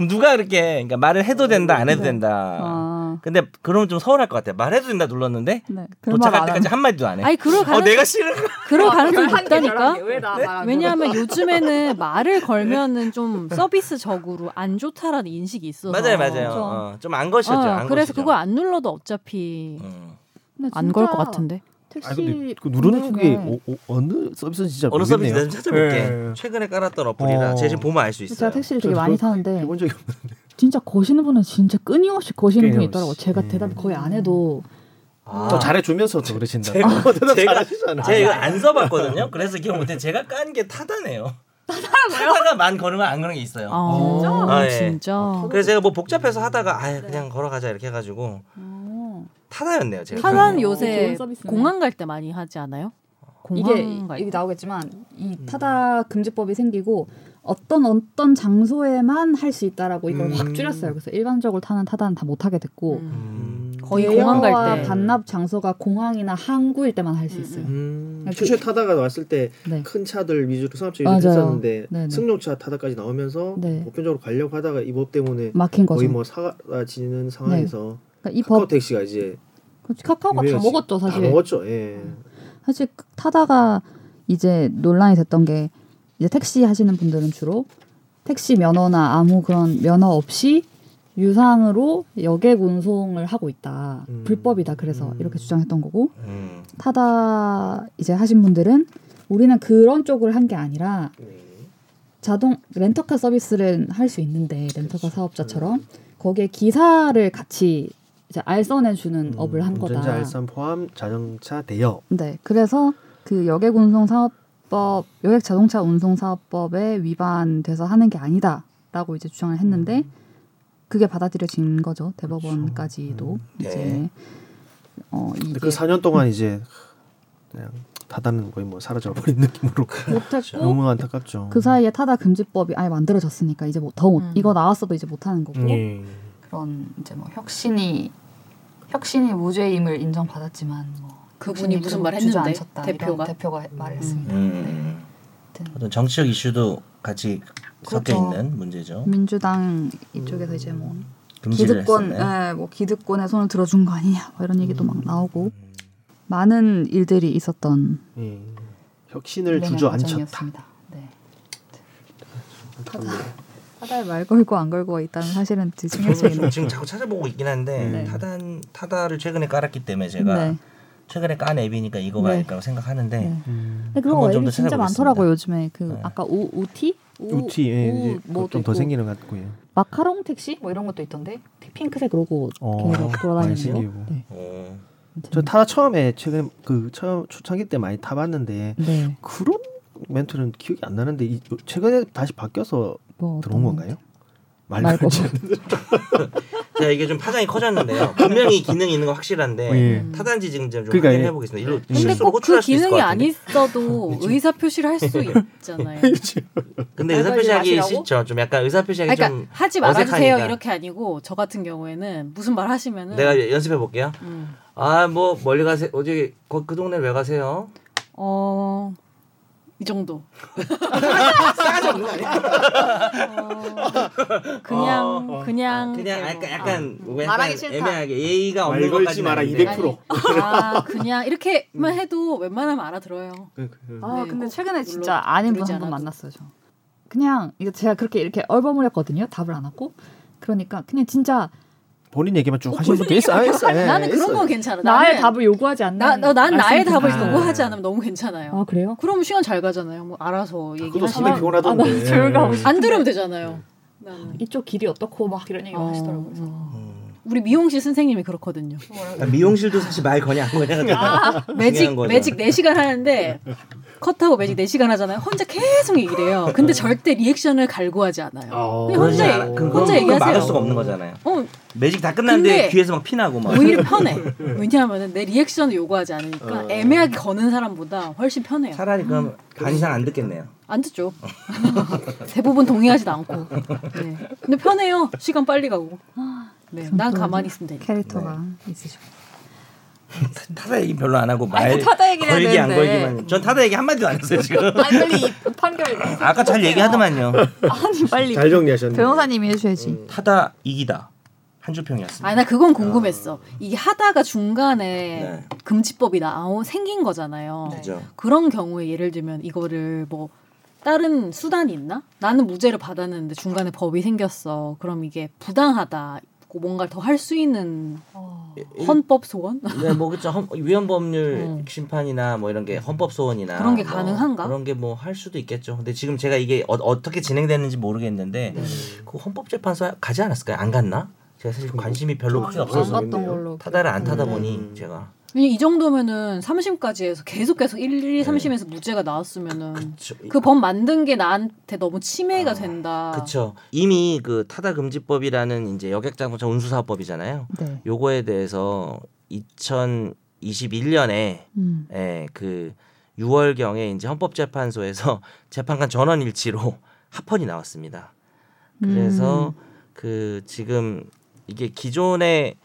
C: 누가 그렇게 그러니까 말을 해도
D: 어,
C: 된다 안 해도 된다.
A: 아,
C: 근데 그러면 좀 서운할 것 같아요. 말해도 된다 눌렀는데
A: 네. 그런
C: 도착할
A: 말안
C: 때까지 한 마디도 안 해.
D: 아니 그럴
C: 어
D: 가능
C: 내가 아, 싫은 거.
D: 그럴 가능성이
E: 한
D: 있다니까.
E: 개, 왜나
C: 네?
E: 말안
D: 왜냐하면 요즘에는 말을 걸면은 좀 서비스적으로 안 좋다라는 인식이 있어서
C: 맞아요 맞아요.
A: 그렇죠.
C: 좀 안 것이죠.
D: 어,
C: 안
D: 그래서
C: 것이죠.
D: 그거 안 눌러도 어차피
C: 음.
E: 근데
D: 안 걸 것
E: 진짜
D: 같은데.
E: 택시
B: 아 근데 그 누르는
E: 운전
B: 게
E: 중에
B: 어, 느 서비스인지 진짜
C: 어느 서비스
B: 모르겠네요.
C: 내가 좀 찾아볼게.
B: 예.
C: 최근에 깔았던 어플이라
B: 어.
C: 제가 지금 보면 알 수 있어요. 뭐
A: 제가 택시를 되게
B: 저도
A: 많이
B: 그거-
A: 타는데
B: 해본 적이 없는데.
A: 진짜 거시는 분은 진짜 끊임없이 거시는 분이
B: 끊임없이.
A: 있더라고. 제가
B: 음.
A: 대답 거의 안 해도
C: 아.
B: 더 잘해주면서 더 그러신다.
C: 제가-
B: 어, 대답
C: 제가-
B: 잘하시잖아요.
C: 제가 이거 안 써봤거든요. 그래서 기억 못해. 제가 깐 게 타다네요. 타다가 만 걸으면 안 그런 게 있어요.
D: 아,
B: 진짜?
C: 아, 예.
D: 진짜.
C: 그래서 제가 뭐 복잡해서 하다가 아 그냥 걸어가자 이렇게 해가지고 타다였네요. 제가
D: 타단
C: 결국은.
D: 요새
E: 좋은 서비스네.
D: 공항 갈 때 많이 하지 않아요?
A: 이게
D: 공항 갈
A: 이게
D: 때.
A: 나오겠지만 이 타다 금지법이 생기고 어떤 어떤 장소에만 할 수 있다라고 이걸
B: 음.
A: 확 줄였어요. 그래서 일반적으로 타는 타다는 다 못 하게 됐고
D: 음.
B: 음.
D: 거의 공항 갈
A: 대여와
D: 때.
A: 반납 장소가 공항이나 항구일 때만 할 수
D: 음,
A: 있어요.
B: 음.
A: 그-
F: 추슈 타다가 왔을
A: 네.
F: 때 큰 차들 위주로 승합차
A: 맞아요.
F: 위주로 했었는데
A: 네네.
F: 승용차 타다까지 나오면서
A: 네.
F: 보편적으로 가려고 하다가 이 법 때문에
A: 막힌 거죠.
F: 거의 뭐
A: 네.
F: 사라지는 상황에서
A: 그러니까 이
F: 카카오
A: 법
F: 택시가 이제
A: 카카오가 다
F: 유명해지-
A: 먹었죠
F: 다
A: 사실. 음.
F: 먹었죠. 예.
A: 사실 타다가 이제 논란이 됐던 게 이제 택시 하시는 분들은 주로 택시 면허나 아무 그런 면허 없이 유상으로 여객 운송을 하고 있다.
F: 음.
A: 불법이다. 그래서
F: 음.
A: 이렇게 주장했던 거고
C: 음.
A: 타다 이제 하신 분들은 우리는 그런 쪽을 한 게 아니라
F: 네.
A: 자동 렌터카 서비스를 할 수 있는데 렌터카 사업자처럼 거기에 기사를 같이 이제 알선해 주는 음, 업을 한 거다.
B: 운전자 음, 알선 포함 자동차 대여.
A: 네, 그래서 그 여객 운송 사업법, 여객 자동차 운송 사업법에 위반돼서 하는 게 아니다라고 이제 주장을 했는데
B: 음.
A: 그게 받아들여진 거죠 대법원까지도
C: 네.
A: 이제 어
B: 그렇죠. 음. 근데
A: 이게
B: 그 4년 동안 이제 그냥 타다는 거의 뭐 사라져 버린 느낌으로
A: 못했고
B: 너무 안타깝죠.
A: 그렇죠? 그 사이에 타다 금지법이 아예 만들어졌으니까 이제 뭐 더 못,
D: 음.
A: 이거 나왔어도 이제 못하는
F: 음.
A: 거고
B: 예.
A: 그런 이제 뭐 혁신이 혁신이 무죄임을 인정받았지만 뭐
D: 그분이 혁신이 무슨 말 주저 했는데? 앉혔다 이런 대표가?
A: 대표가
C: 음.
A: 말했습니다.
C: 음.
A: 아무튼.
C: 어떤 정치적 이슈도 같이 섞여 있는 문제죠.
A: 민주당 이쪽에서 이제 뭐
C: 금지를
A: 음. 기득권,
C: 했었나요?
A: 예, 뭐 기득권에 손을 들어준 거 아니냐 뭐 이런 얘기도
B: 음.
A: 막 나오고
C: 음.
A: 많은 일들이 있었던
B: 예. 혁신을 주저앉혔다.
A: 과정이었습니다. 네. 타다 타다에 말 걸고 안 걸고가 있다는 사실은
C: 저도
A: 지금
C: 좀 지금 자꾸 찾아보고 있긴 한데
A: 네.
C: 타단 타다를 최근에 깔았기 때문에 제가 최근에 깐 앱이니까 이거가
A: 네.
C: 아닐까라고 생각하는데
A: 네.
B: 음.
A: 근데 그런
C: 한번
A: 거
C: 좀더
A: 앱이 진짜
C: 찾아보겠습니다.
A: 많더라고요 요즘에 그
C: 네.
A: 아까 오 우티 우-
B: 우티 예,
A: 우-
B: 이제
A: 뭐도
B: 좀더
A: 있고.
B: 생기는 것 같고요.
A: 마카롱 택시 뭐 이런 것도 있던데 핑크색 로고
B: 어,
A: 계속
B: 많이
A: 돌아다니는 거.
B: 생기고.
A: 네.
C: 어,
B: 저 타다 처음에 최근 그 처음 초창기 때 많이 타봤는데
A: 네.
B: 그런 멘트는 기억이 안 나는데 이, 어, 최근에 다시 바뀌어서
A: 뭐
B: 들어온
A: 어떤
B: 건가요? 말
A: 말 걸고
C: 제가 이게 좀 파장이 커졌는데요. 분명히 기능이 있는 건 확실한데
B: 예.
C: 타단지 지금 좀
B: 그러니까
C: 확인해
B: 예.
C: 보겠습니다. 일로
D: 근데
C: 실수로
D: 꼭 그
C: 호출할 수 있을 것
D: 기능이 안
C: 같은데. 네.
D: 있어도 의사 표시를 할 수 있잖아요.
C: 근데
E: 말
C: 의사
E: 걸지
C: 표시하기
E: 마시라고?
C: 싫죠. 좀 약간 의사 표시하기
D: 아니, 그러니까
C: 좀
D: 하지 말아주세요
C: 어색하니까.
D: 이렇게 아니고 저 같은 경우에는 무슨 말 하시면은
C: 내가 연습해 볼게요.
D: 음,
C: 아 뭐 멀리 가세요. 어디 거- 그 동네 왜 가세요?
D: 어. 이 정도. 어, 그냥
C: 어,
D: 그냥
C: 그냥
D: 이렇게
C: 약간 약간,
D: 뭐,
C: 뭐 약간
E: 말하기 싫다.
C: 애매하게 예의가 없는
F: 말 걸지
C: 것까지
B: 네.
F: 마라,
D: 아,
F: 200%. 100%.
D: 아 그냥 이렇게만 해도 웬만하면 알아들어요.
F: 그- 그-
A: 아
D: 네,
A: 근데
D: 꼭
A: 최근에
D: 물론
A: 진짜 아는 분
D: 부르지
A: 한 분
D: 않아도.
A: 만났어요 저 그냥 이거 제가 그렇게 이렇게 얼버무렸거든요 답을 안 하고 그러니까 그냥 진짜
B: 본인 얘기만 쭉 하시는 분도 있어. 아, 있어.
C: 네,
B: 예,
D: 나는 그런
B: 있어요.
D: 건 괜찮아.
A: 나의
D: 나는-
A: 답을 네. 요구하지
D: 나,
A: 않는
D: 나, 난 나의
A: 말씀
D: 답을
B: 아.
D: 요구하지 않으면 너무 괜찮아요.
A: 아 그래요?
D: 그러면 시간 잘 가잖아요. 뭐 알아서
F: 그것도
D: 얘기하시면
F: 상당히
A: 아, 나
F: 피곤하던데.
A: 조용히 하고
F: 예.
D: 안 들으면 되잖아요. 그러니까
E: 이쪽 길이 어떻고 막 이런 얘기
D: 어,
E: 하시더라고요. 그래서
D: 어.
C: 음.
D: 우리 미용실 선생님이 그렇거든요.
E: 뭐라고.
C: 아, 미용실도 사실 말 거냐 안 거냐가 되게
D: 매직
C: 중요한 거죠.
D: 매직 4시간 하는데 컷하고 매직 4시간 하잖아요. 혼자 계속 얘기를 해요. 근데 절대 리액션을 갈구하지 않아요.
F: 아,
D: 그냥 혼자
C: 그러지 않아.
D: 얘기-
C: 그건-
D: 혼자
C: 그건
D: 얘기하세요.
C: 막을 수가 없는 거잖아요.
D: 어,
C: 매직 다 끝났는데
D: 근데-
C: 귀에서 막 피나고 막.
D: 오히려 편해. 왜냐하면 내 리액션을 요구하지 않으니까
F: 어.
D: 애매하게 거는 사람보다 훨씬 편해요.
C: 차라리 그럼 반 이상 안 듣겠네요.
D: 안 듣죠. 대부분 동의하지도 않고. 네. 근데 편해요. 시간 빨리 가고. 네, 난 가만히 있으면 되니까.
A: 캐릭터가
C: 네.
A: 있으셔.
C: 타다 얘기 별로 안 하고 말
E: 그 타다 얘기를 해야
C: 걸기 안
E: 되는데.
C: 걸기만. 전 타다 얘기 한 마디도 안 했어요 지금.
E: 아니 빨리 이 판결.
C: 아까 잘 얘기하더만요.
A: 아니 빨리
F: 잘 정리하셨네.
A: 변호사님이 해주셔야지.
B: 음.
C: 타다 이기다 한줄평이었습니다.
D: 아, 나 그건 궁금했어. 이게 하다가 중간에
C: 아. 네.
D: 금지법이 나오 생긴 거잖아요. 네.
C: 그죠.
D: 그런 경우에 예를 들면 이거를 뭐 다른 수단이 있나? 나는 무죄를 받았는데 중간에 법이 생겼어. 그럼 이게 부당하다. 뭔가를 더 할 수 있는
C: 음.
D: 헌법 소원?
C: 네, 뭐 그죠. 헌- 위헌 법률
D: 음.
C: 심판이나 뭐 이런 게 헌법 소원이나
D: 그런 게
C: 뭐
D: 가능한가?
C: 그런 게 뭐 할 수도 있겠죠. 근데 지금 제가 이게 어, 떻게 진행됐는지 모르겠는데
B: 네.
C: 그 헌법재판소 가지 않았을까요? 안 갔나? 제가 사실 관심이 별로
A: 아,
C: 그렇게
F: 안
C: 없어서
F: 갔-
E: 갔던 걸로.
C: 타다를 안
A: 네.
C: 타다 보니
F: 음.
C: 제가
D: 왜냐면 이 정도면은 3심까지 해서 계속 계속 1,
C: 네.
D: 2, 3심에서 무죄가 나왔으면은
C: 저-
D: 그 법 만든 게 나한테 너무 침해가
C: 아,
D: 된다.
C: 그쵸. 이미 그 타다 금지법이라는 이제 역약장소차 운수사업법이잖아요.
A: 네.
C: 요거에 대해서 2021년에
A: 음.
C: 예, 그 6월 경에 이제 헌법재판소에서 재판관 전원 일치로 합헌이 나왔습니다.
A: 음.
C: 그래서 그 지금 이게 기존의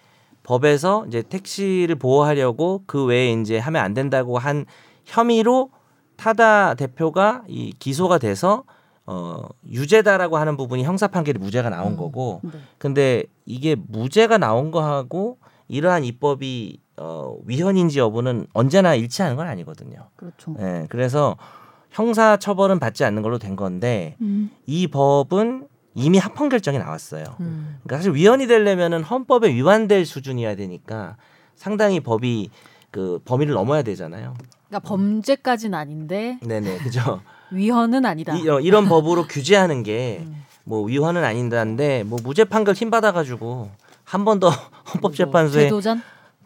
C: 법에서 이제 택시를 보호하려고 그 외에 이제 하면 안 된다고 한 혐의로 타다 대표가 이 기소가 돼서 어 유죄다라고 하는 부분이 형사 판결이 무죄가 나온 거고
A: 네.
C: 근데 이게 무죄가 나온 거하고 이러한 입법이 어 위헌인지 여부는 언제나 일치하는 건 아니거든요.
A: 그렇죠.
C: 예. 그래서 형사 처벌은 받지 않는 걸로 된 건데
A: 음.
C: 이 법은 이미 합헌 결정이 나왔어요.
E: 음.
C: 그러니까 사실 위헌이 되려면은 헌법에 위반될 수준이어야 되니까 상당히 법이 그 범위를 넘어야 되잖아요.
D: 그러니까 범죄까지는 아닌데
C: 네네 그죠.
D: 위헌은 아니다.
C: 이, 어, 이런 법으로 규제하는 게 뭐 위헌은 아닌다는데 뭐 무죄 판결 힘 받아가지고 한 번 더 헌법재판소에
D: 대도전?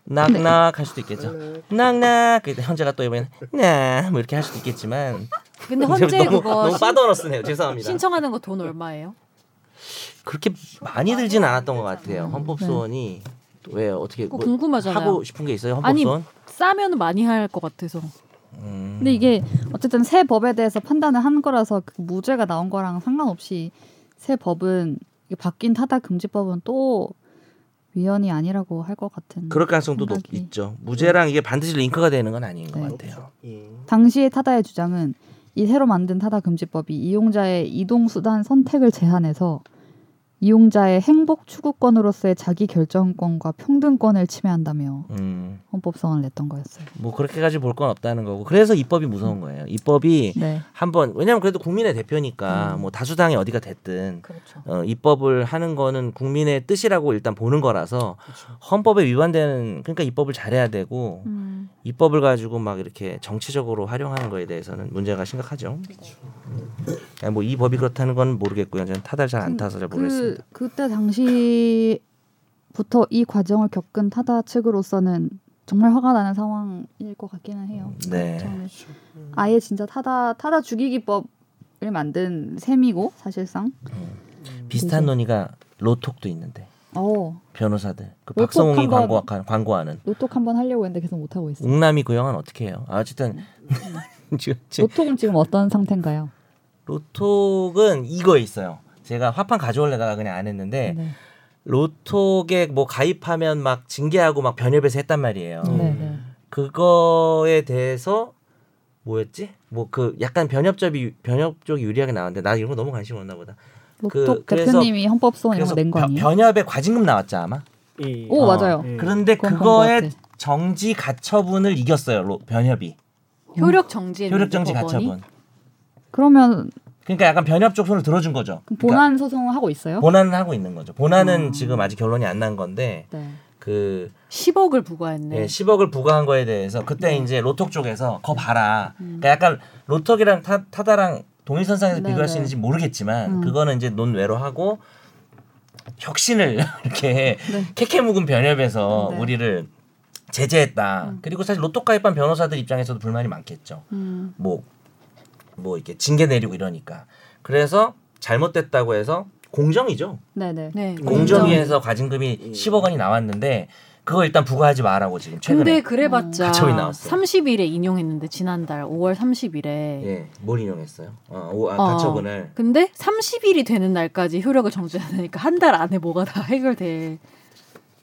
C: 낙낙 할 수도 있겠죠. 낙낙 그때 현재가 또 이번에 나뭐 이렇게 할 수도 있겠지만
D: 근데 헌재
C: 너무,
D: 그거
C: 너무
D: 신-
C: 빠져넣었네요. 죄송합니다.
D: 신청하는 거 돈 얼마예요?
C: 그렇게 많이 들진 않았던 것 같아요. 헌법 소원이 왜 어떻게
D: 네. 그거
C: 뭐
D: 궁금하잖아요.
C: 하고 싶은 게 있어요? 헌법
D: 아니,
C: 소원?
D: 싸면 많이 할 것 같아서.
C: 음.
A: 근데 이게 어쨌든 새 법에 대해서 판단을 한 거라서 그 무죄가 나온 거랑 상관없이 새 법은 이게 바뀐 타다 금지법은 또 위헌이 아니라고 할 것 같은.
C: 그럴 가능성도 높,
A: 생각이-
C: 있죠. 무죄랑 이게 반드시 링크가 되는 건 아닌 것
A: 네.
D: 그렇죠.
C: 같아요.
F: 예.
A: 당시의 타다의 주장은 이 새로 만든 타다 금지법이 이용자의 이동 수단 선택을 제한해서 이용자의 행복 추구권으로서의 자기 결정권과 평등권을 침해한다며
C: 음,
A: 헌법성을 냈던 거였어요.
C: 뭐 그렇게까지 볼 건 없다는 거고 그래서 입법이 무서운 거예요. 입법이
A: 네.
C: 한번 왜냐하면 그래도 국민의 대표니까
D: 음.
C: 뭐 다수당이 어디가 됐든
E: 그렇죠.
C: 어, 입법을 하는 거는 국민의 뜻이라고 일단 보는 거라서
D: 그렇죠.
C: 헌법에 위반되는 그러니까 입법을 잘해야 되고
D: 음.
C: 입법을 가지고 막 이렇게 정치적으로 활용하는 거에 대해서는 문제가 심각하죠.
A: 그렇죠.
C: 뭐 이 법이 그렇다는 건 모르겠고요. 저는 타달 잘 안 타서 잘 모르겠습니다.
A: 그, 그때 당시부터 이 과정을 겪은 타다 측으로서는 정말 화가 나는 상황일 것 같기는 해요.
C: 네.
A: 처음에 아예 진짜 타다 타다 죽이기법을 만든 셈이고 사실상.
C: 비슷한 논의가 로톡도 있는데
A: 어
C: 변호사들 그
A: 로톡
C: 박성웅이
A: 한번-
C: 광고, 광고하는
A: 노톡 한번 하려고 했는데 계속 못 하고 있어요.
C: 웅남이 그 영화는 어떻게 해요? 아, 어쨌든
A: 음.
C: 지금 지금
A: 노톡은 지금 어떤 상태인가요?
C: 로톡은 이거 있어요. 제가 화판 가져오려다가 그냥 안 했는데
A: 네.
C: 로톡에 뭐 가입하면 막 징계하고 막 변협에서 했단 말이에요.
A: 네, 네.
C: 그거에 대해서 뭐였지? 뭐 그 약간 변협적이 변협 쪽이 유리하게 나왔는데 나 이런 거 너무 관심 없나 보다.
A: 노톡
C: 그래서-
A: 대표님이 헌법소원 어, 이런
C: 그래서
A: 거 낸 거
C: 변-
A: 아니에요?
C: 변협에 과징금 나왔죠 아마.
B: 음.
F: 예.
A: 오
C: 어.
A: 맞아요.
F: 예.
C: 그런데
A: 그건 그런 것
C: 그거에
A: 같아.
C: 정지 가처분을 이겼어요 로- 변협이
D: 효력 정지
C: 효력 정지 가처분.
A: 그러면
C: 그러니까 약간 변협 쪽 손을 들어준 거죠.
A: 그럼
C: 그러니까
A: 본안 소송을 하고 있어요? 음.
C: 본안은 하고 있는 거죠. 본안은 지금 아직 결론이 안 난 건데
A: 네.
C: 그
D: 10억을 부과했네.
C: 예, 10억을 부과한 거에 대해서 그때 이제 로톡 쪽에서 거 봐라. 그러니까 약간 로톡이랑 타, 타다랑 동일선상에서
E: 네,
C: 비교할 수
E: 네.
C: 있는지 모르겠지만
A: 음.
C: 그거는 이제 논외로 하고 혁신을 이렇게 캐캐 묵은 변협에서
A: 네.
C: 우리를 제재했다. 그리고 사실 로또 가입한 변호사들 입장에서도 불만이 많겠죠.
A: 음.
C: 뭐, 뭐 이렇게 징계 내리고 이러니까. 그래서 잘못됐다고 해서 공정이죠.
A: 네네.
D: 네.
C: 공정위에서 과징금이 10억 원이 나왔는데 그거 일단 부과하지 마라고 지금
D: 근데
C: 최근에 음,
D: 그래봤자
C: 가처분이 나왔어요.
D: 30일에 인용했는데 지난달 5월 30일에
C: 예, 뭘 인용했어요? 어, 오, 아,
D: 네. 어.
C: 가처분을
D: 근데 30일이 되는 날까지 효력을 정지하니까 한 달 안에 뭐가 다
C: 네,
D: 해결될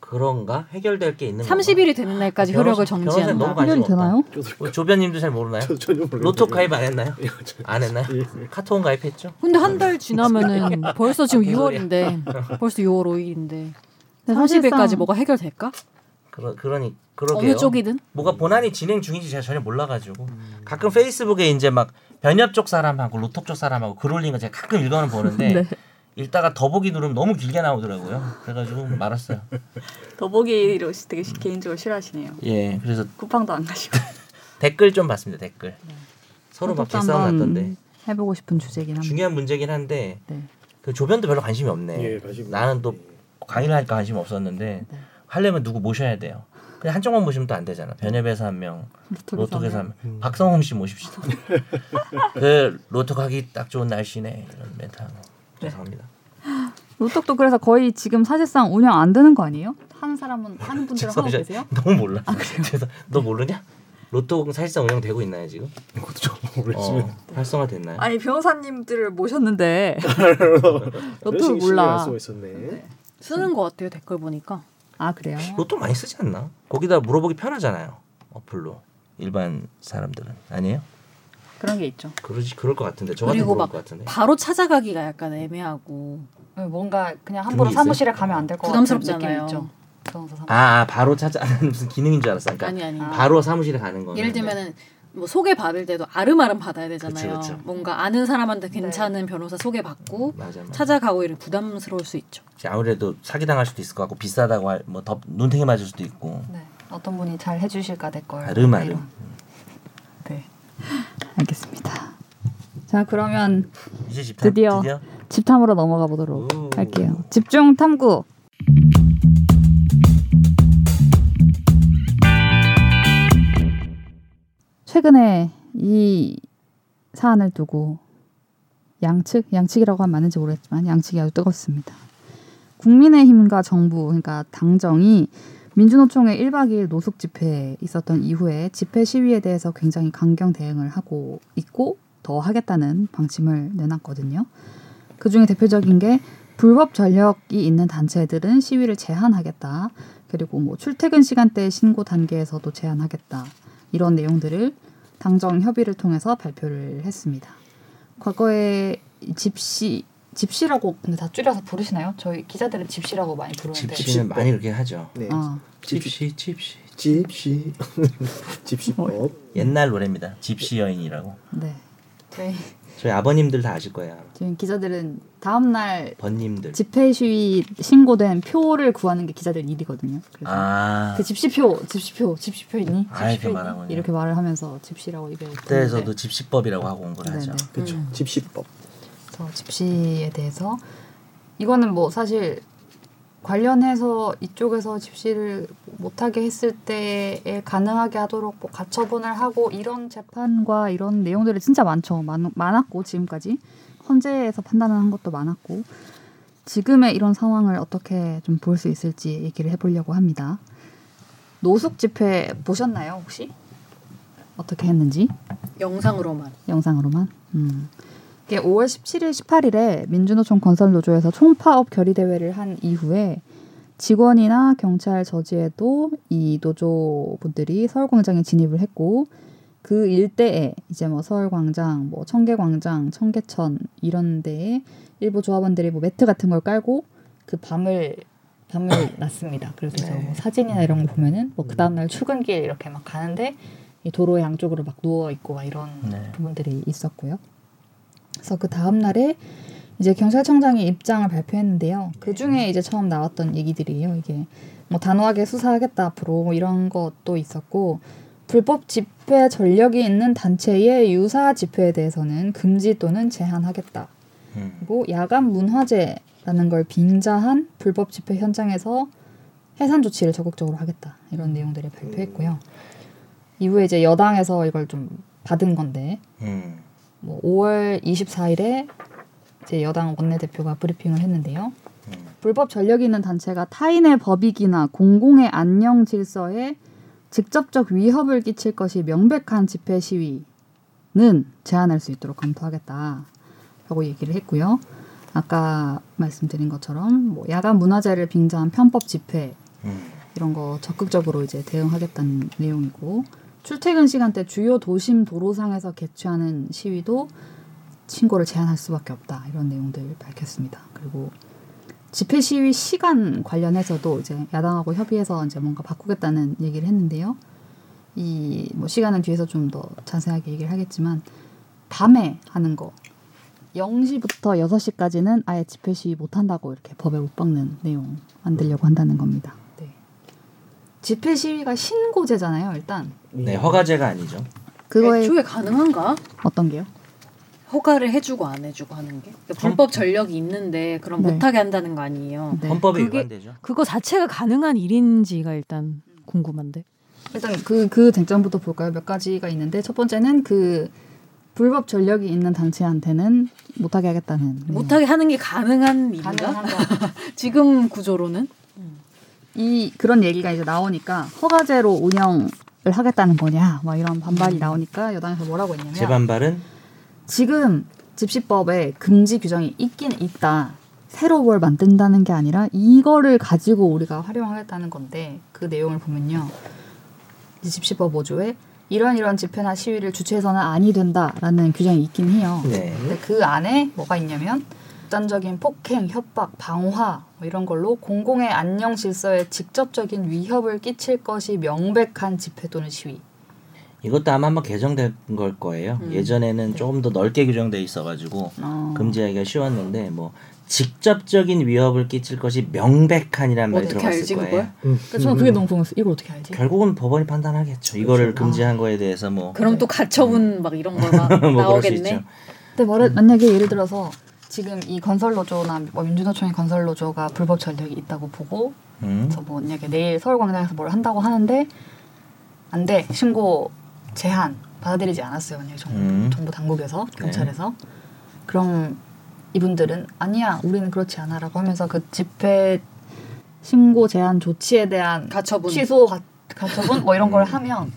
C: 그런가 해결될 게 있는
D: 30일이 되는 날까지
C: 변호사-
D: 효력을
C: 변호사는 너무
D: 정지한다.
C: 관심
A: 해결이
C: 없다.
A: 되나요?
F: 저도
C: 어, 조변님도 잘 모르나요?
F: 저 전혀 모르겠어요.
C: 로또 가입 안 했나요?
F: 예, 저-
C: 안 했나요?
F: 예.
C: 카톡 가입했죠?
D: 근데 한 달 지나면은
C: 아,
D: 벌써 지금
C: 무슨 소리야.
D: 6월인데 벌써 6월 5일인데
A: 근데
D: 30일까지
A: 사실상-
D: 뭐가 해결될까?
C: 그러 그러니
D: 어느
C: 그러게요.
D: 쪽이든
C: 뭐가 본안이 진행 중인지 제가 전혀 몰라가지고
G: 음.
C: 가끔 페이스북에 이제 막 변협 쪽 사람하고 로또 쪽 사람하고 글 올린 거 제가 가끔 읽어는 보는데
A: 네.
C: 읽다가 더보기 누르면 너무 길게 나오더라고요. 그래가지고 말았어요.
G: 더보기로 되게 시- 개인적으로 싫어하시네요.
C: 예, 그래서
G: 쿠팡도 안 가시고. 네.
C: 댓글 좀 봤습니다. 댓글 서로 막
A: 그것도
C: 개싸움
A: 한번
C: 났던데
A: 해보고 싶은
G: 음.
A: 주제긴 합니다.
C: 중요한 문제긴 한데
A: 네.
C: 그 조변도 별로 관심이 없네.
F: 예, 관심
C: 나는 또 강의를 하니까 관심 없었는데
G: 네.
C: 하려면 누구 모셔야 돼요. 그냥 한쪽만 모시면 또 안 되잖아. 변협에서 한 명, 로톡에서 한 명.
F: 음.
C: 박성홍 씨 모십시다. 그 로톡 하기 딱 좋은 날씨네 이런 멘트 하고 죄송합니다.
A: 로톡도 그래서 거의 지금 사실상 운영 안 되는 거 아니에요? 하는 사람은 하는 분들은 하고
C: 죄송합니다.
A: 계세요?
C: 너무 몰라. 그래서 너 모르냐? 로톡 사실상 운영되고 있나요 지금?
F: 그것도 저
C: 어,
F: 모르겠습니다.
C: 활성화 됐나요?
G: 아니 변호사님들을 모셨는데
F: 네.
A: 로톡 몰라.
F: 쓰고 있었네.
D: 쓰는 것 같아요 댓글 보니까.
A: 아 그래요?
C: 로톡 많이 쓰지 않나? 거기다 물어보기 편하잖아요. 어플로 일반 사람들은 아니에요?
A: 그런 게 있죠.
C: 그러지 그럴 것 같은데 저 같은
D: 그리고
C: 그럴
D: 막
C: 것 같은데.
D: 바로 찾아가기가 약간 애매하고
A: 네, 뭔가 그냥
C: 함부로
A: 함부로
C: 있어요?
A: 사무실에 가면 안 될 것 같은 느낌
D: 부담스럽잖아요.
A: 있죠. 변호사 사무실.
C: 아, 아, 바로 찾아 무슨 기능인 줄 알았어. 그러니까
D: 아니 아니.
C: 바로 사무실에 가는 거.
D: 예를 들면은 뭐 소개 받을 때도 아름아름 받아야 되잖아요.
C: 그쵸, 그쵸.
D: 뭔가 아는 사람한테
H: 네.
D: 괜찮은 변호사 소개 받고
C: 맞아 맞아.
D: 찾아가고 이런 부담스러울 수 있죠.
C: 이제 아무래도 사기 당할 수도 있을 것 같고 비싸다고 할- 뭐 덮, 눈탱이 맞을 수도 있고.
A: 네. 어떤 분이 잘 해주실까 될 거예요.
C: 아름아름.
A: 음. 네. 알겠습니다. 자 그러면
C: 이제 집탐
A: 드디어. 집탐으로 넘어가 보도록
C: 오.
A: 할게요. 집중 탐구. 최근에 이 사안을 두고 양측 양측이라고 하면 맞는지 모르겠지만 양측이 아주 뜨겁습니다. 국민의힘과 정부 그러니까 당정이 민주노총의 1박 2일 노숙 집회에 있었던 이후에 집회 시위에 대해서 굉장히 강경 대응을 하고 있고 더 하겠다는 방침을 내놨거든요. 그 중에 대표적인 게 불법 전력이 있는 단체들은 시위를 제한하겠다. 그리고 뭐 출퇴근 시간대 신고 단계에서도 제한하겠다. 이런 내용들을 당정 협의를 통해서 발표를 했습니다. 과거에 이 집시 집시라고 근데 다 줄여서 부르시나요? 저희 기자들은 집시라고 많이 부르는데.
C: 집시는 많이 그렇게 하죠.
F: 네.
E: 어.
A: 아,
C: 집시 집시.
F: 집시 집시법
E: 뭐,
C: 옛날 노래입니다. 집시 여인이라고.
A: 네. 저희
C: 저희 아버님들 다 아실 거예요. 아마.
A: 지금 기자들은 다음 날
C: 번님들.
A: 집회 시위 신고된 표를 구하는 게 기자들 일이거든요. 그래서
C: 아.
A: 그 집시표, 집시표, 집시표 있니?
C: 아, 이렇게
A: 집시표 있니?
C: 말하군요.
A: 이렇게 말을 하면서 집시라고 입에
C: 그때에서도
A: 붙는데.
C: 집시법이라고 하고 온 걸 하죠.
A: 네네.
F: 그렇죠.
E: 음.
F: 집시법.
A: 그래서 집시에 대해서 이거는 뭐 사실 관련해서 이쪽에서 집시를 못하게 했을 때에 가능하게 하도록 뭐 가처분을 하고 이런 재판과 이런 내용들이 진짜 많죠. 많, 많았고 지금까지 헌재에서 판단하는 것도 많았고 지금의 이런 상황을 어떻게 좀 볼 수 있을지 얘기를 해보려고 합니다. 노숙 집회 보셨나요 혹시? 어떻게 했는지?
D: 영상으로만.
A: 영상으로만. 음. 이게 5월 17일, 18일에 민주노총 건설노조에서 총파업 결의대회를 한 이후에 직원이나 경찰 저지에도 이 노조분들이 서울광장에 진입을 했고 그 일대에 이제 뭐 서울광장, 뭐 청계광장, 청계천 이런 데에 일부 조합원들이 뭐 매트 같은 걸 깔고 그 밤을 밤을 났습니다. 그래서
C: 네.
A: 뭐 사진이나 이런 거 보면은 뭐 그 다음날 출근길 이렇게 막 가는데 이 도로 양쪽으로 막 누워 있고 막 이런
C: 네.
A: 부분들이 있었고요. 그래서 그 다음 날에 이제 경찰청장이 입장을 발표했는데요. 그 중에 이제 처음 나왔던 얘기들이에요. 이게 뭐 단호하게 수사하겠다 앞으로 뭐 이런 것도 있었고 불법 집회 전력이 있는 단체의 유사 집회에 대해서는 금지 또는 제한하겠다.
C: 음.
A: 그리고 뭐 야간 문화제라는 걸 빙자한 불법 집회 현장에서 해산 조치를 적극적으로 하겠다 이런 내용들을 발표했고요. 이후에 이제 여당에서 이걸 좀 받은 건데
C: 음.
A: 뭐 5월 24일에 제 여당 원내대표가 브리핑을 했는데요.
C: 음.
A: 불법 전력이 있는 단체가 타인의 법익이나 공공의 안녕 질서에 직접적 위협을 끼칠 것이 명백한 집회 시위는 제한할 수 있도록 검토하겠다라고 얘기를 했고요. 아까 말씀드린 것처럼 뭐 야간 문화제를 빙자한 편법 집회
C: 음.
A: 이런 거 적극적으로 이제 대응하겠다는 내용이고 출퇴근 시간대 주요 도심 도로상에서 개최하는 시위도 신고를 제한할 수밖에 없다 이런 내용들 밝혔습니다. 그리고 집회 시위 시간 관련해서도 이제 야당하고 협의해서 이제 뭔가 바꾸겠다는 얘기를 했는데요. 이 뭐 시간은 뒤에서 좀 더 자세하게 얘기를 하겠지만 밤에 하는 거 0시부터 6시까지는 아예 집회 시위 못 한다고 이렇게 법에 못 박는 내용 만들려고 한다는 겁니다. 네. 집회 시위가 신고제잖아요, 일단. 네,
C: 네, 허가제가 아니죠.
A: 그거에
D: 애초에 가능한가?
A: 어떤 게요?
D: 허가를 해주고 안 해주고 하는 게 그러니까 불법 전력이 있는데 그럼
A: 네.
D: 못하게 한다는 거 아니에요?
A: 네.
C: 헌법에
D: 그게-
C: 위반되죠.
H: 그거 자체가 가능한 일인지가 일단 궁금한데.
A: 일단 그, 그 쟁점부터 볼까요? 몇 가지가 있는데 첫 번째는 그 불법 전력이 있는 단체한테는 못하게 하겠다는 내용.
D: 음. 못하게 하는 게 가능한 일인가?
A: 가능한가?
D: 지금 구조로는
A: 이 그런 얘기가 이제 나오니까 허가제로 운영을 하겠다는 거냐 막 이런 반발이 나오니까 여당에서 뭐라고 했냐면
C: 제 반발은
A: 지금 집시법에 금지 규정이 있긴 있다. 새로 뭘 만든다는 게 아니라 이거를 가지고 우리가 활용하겠다는 건데 그 내용을 보면요. 이 집시법 5조에 이런 이런 집회나 시위를 주최해서는 아니 된다라는 규정이 있긴 해요.
C: 네.
A: 근데 그 안에 뭐가 있냐면 극단적인 폭행, 협박, 방화 뭐 이런 걸로 공공의 안녕 질서에 직접적인 위협을 끼칠 것이 명백한 집회 또는 시위.
C: 이것도 아마 한번 개정된 걸 거예요.
A: 음. 네.
C: 예전에는 조금 더 넓게 규정돼 있어가지고
A: 어,
C: 금지하기가 쉬웠는데 뭐 직접적인 위협을 끼칠 것이 명백한이라는 말이
D: 어떻게
C: 들어갔을
D: 알지,
C: 거예요.
D: 그걸?
F: 음.
E: 그러니까 저는 그게 너무 궁금했어요. 이걸 어떻게 알지?
C: 결국은 법원이 판단하겠죠. 이거를
D: 그렇죠.
C: 금지한 거에 대해서 뭐
H: 네.
D: 그럼 또 가처분 막 이런 거 막
C: 뭐 그럴 수
D: 나오겠네.
C: 있죠.
A: 근데 말해,
C: 음.
A: 만약에 예를 들어서 지금 이 건설노조나 뭐 민주노총의 건설노조가 불법 전력이 있다고 보고
C: 음.
A: 그래서 뭐 만약에 내일 서울광장에서 뭘 한다고 하는데 안 돼 신고 제한 받아들이지 않았어요 만약에 정부,
C: 음.
A: 정부 당국에서 경찰에서 그럼 이분들은 아니야 우리는 그렇지 않아라고 하면서 그 집회 신고 제한 조치에 대한
D: 가처분.
A: 취소 가, 가처분 뭐
C: 음.
A: 이런 걸 하면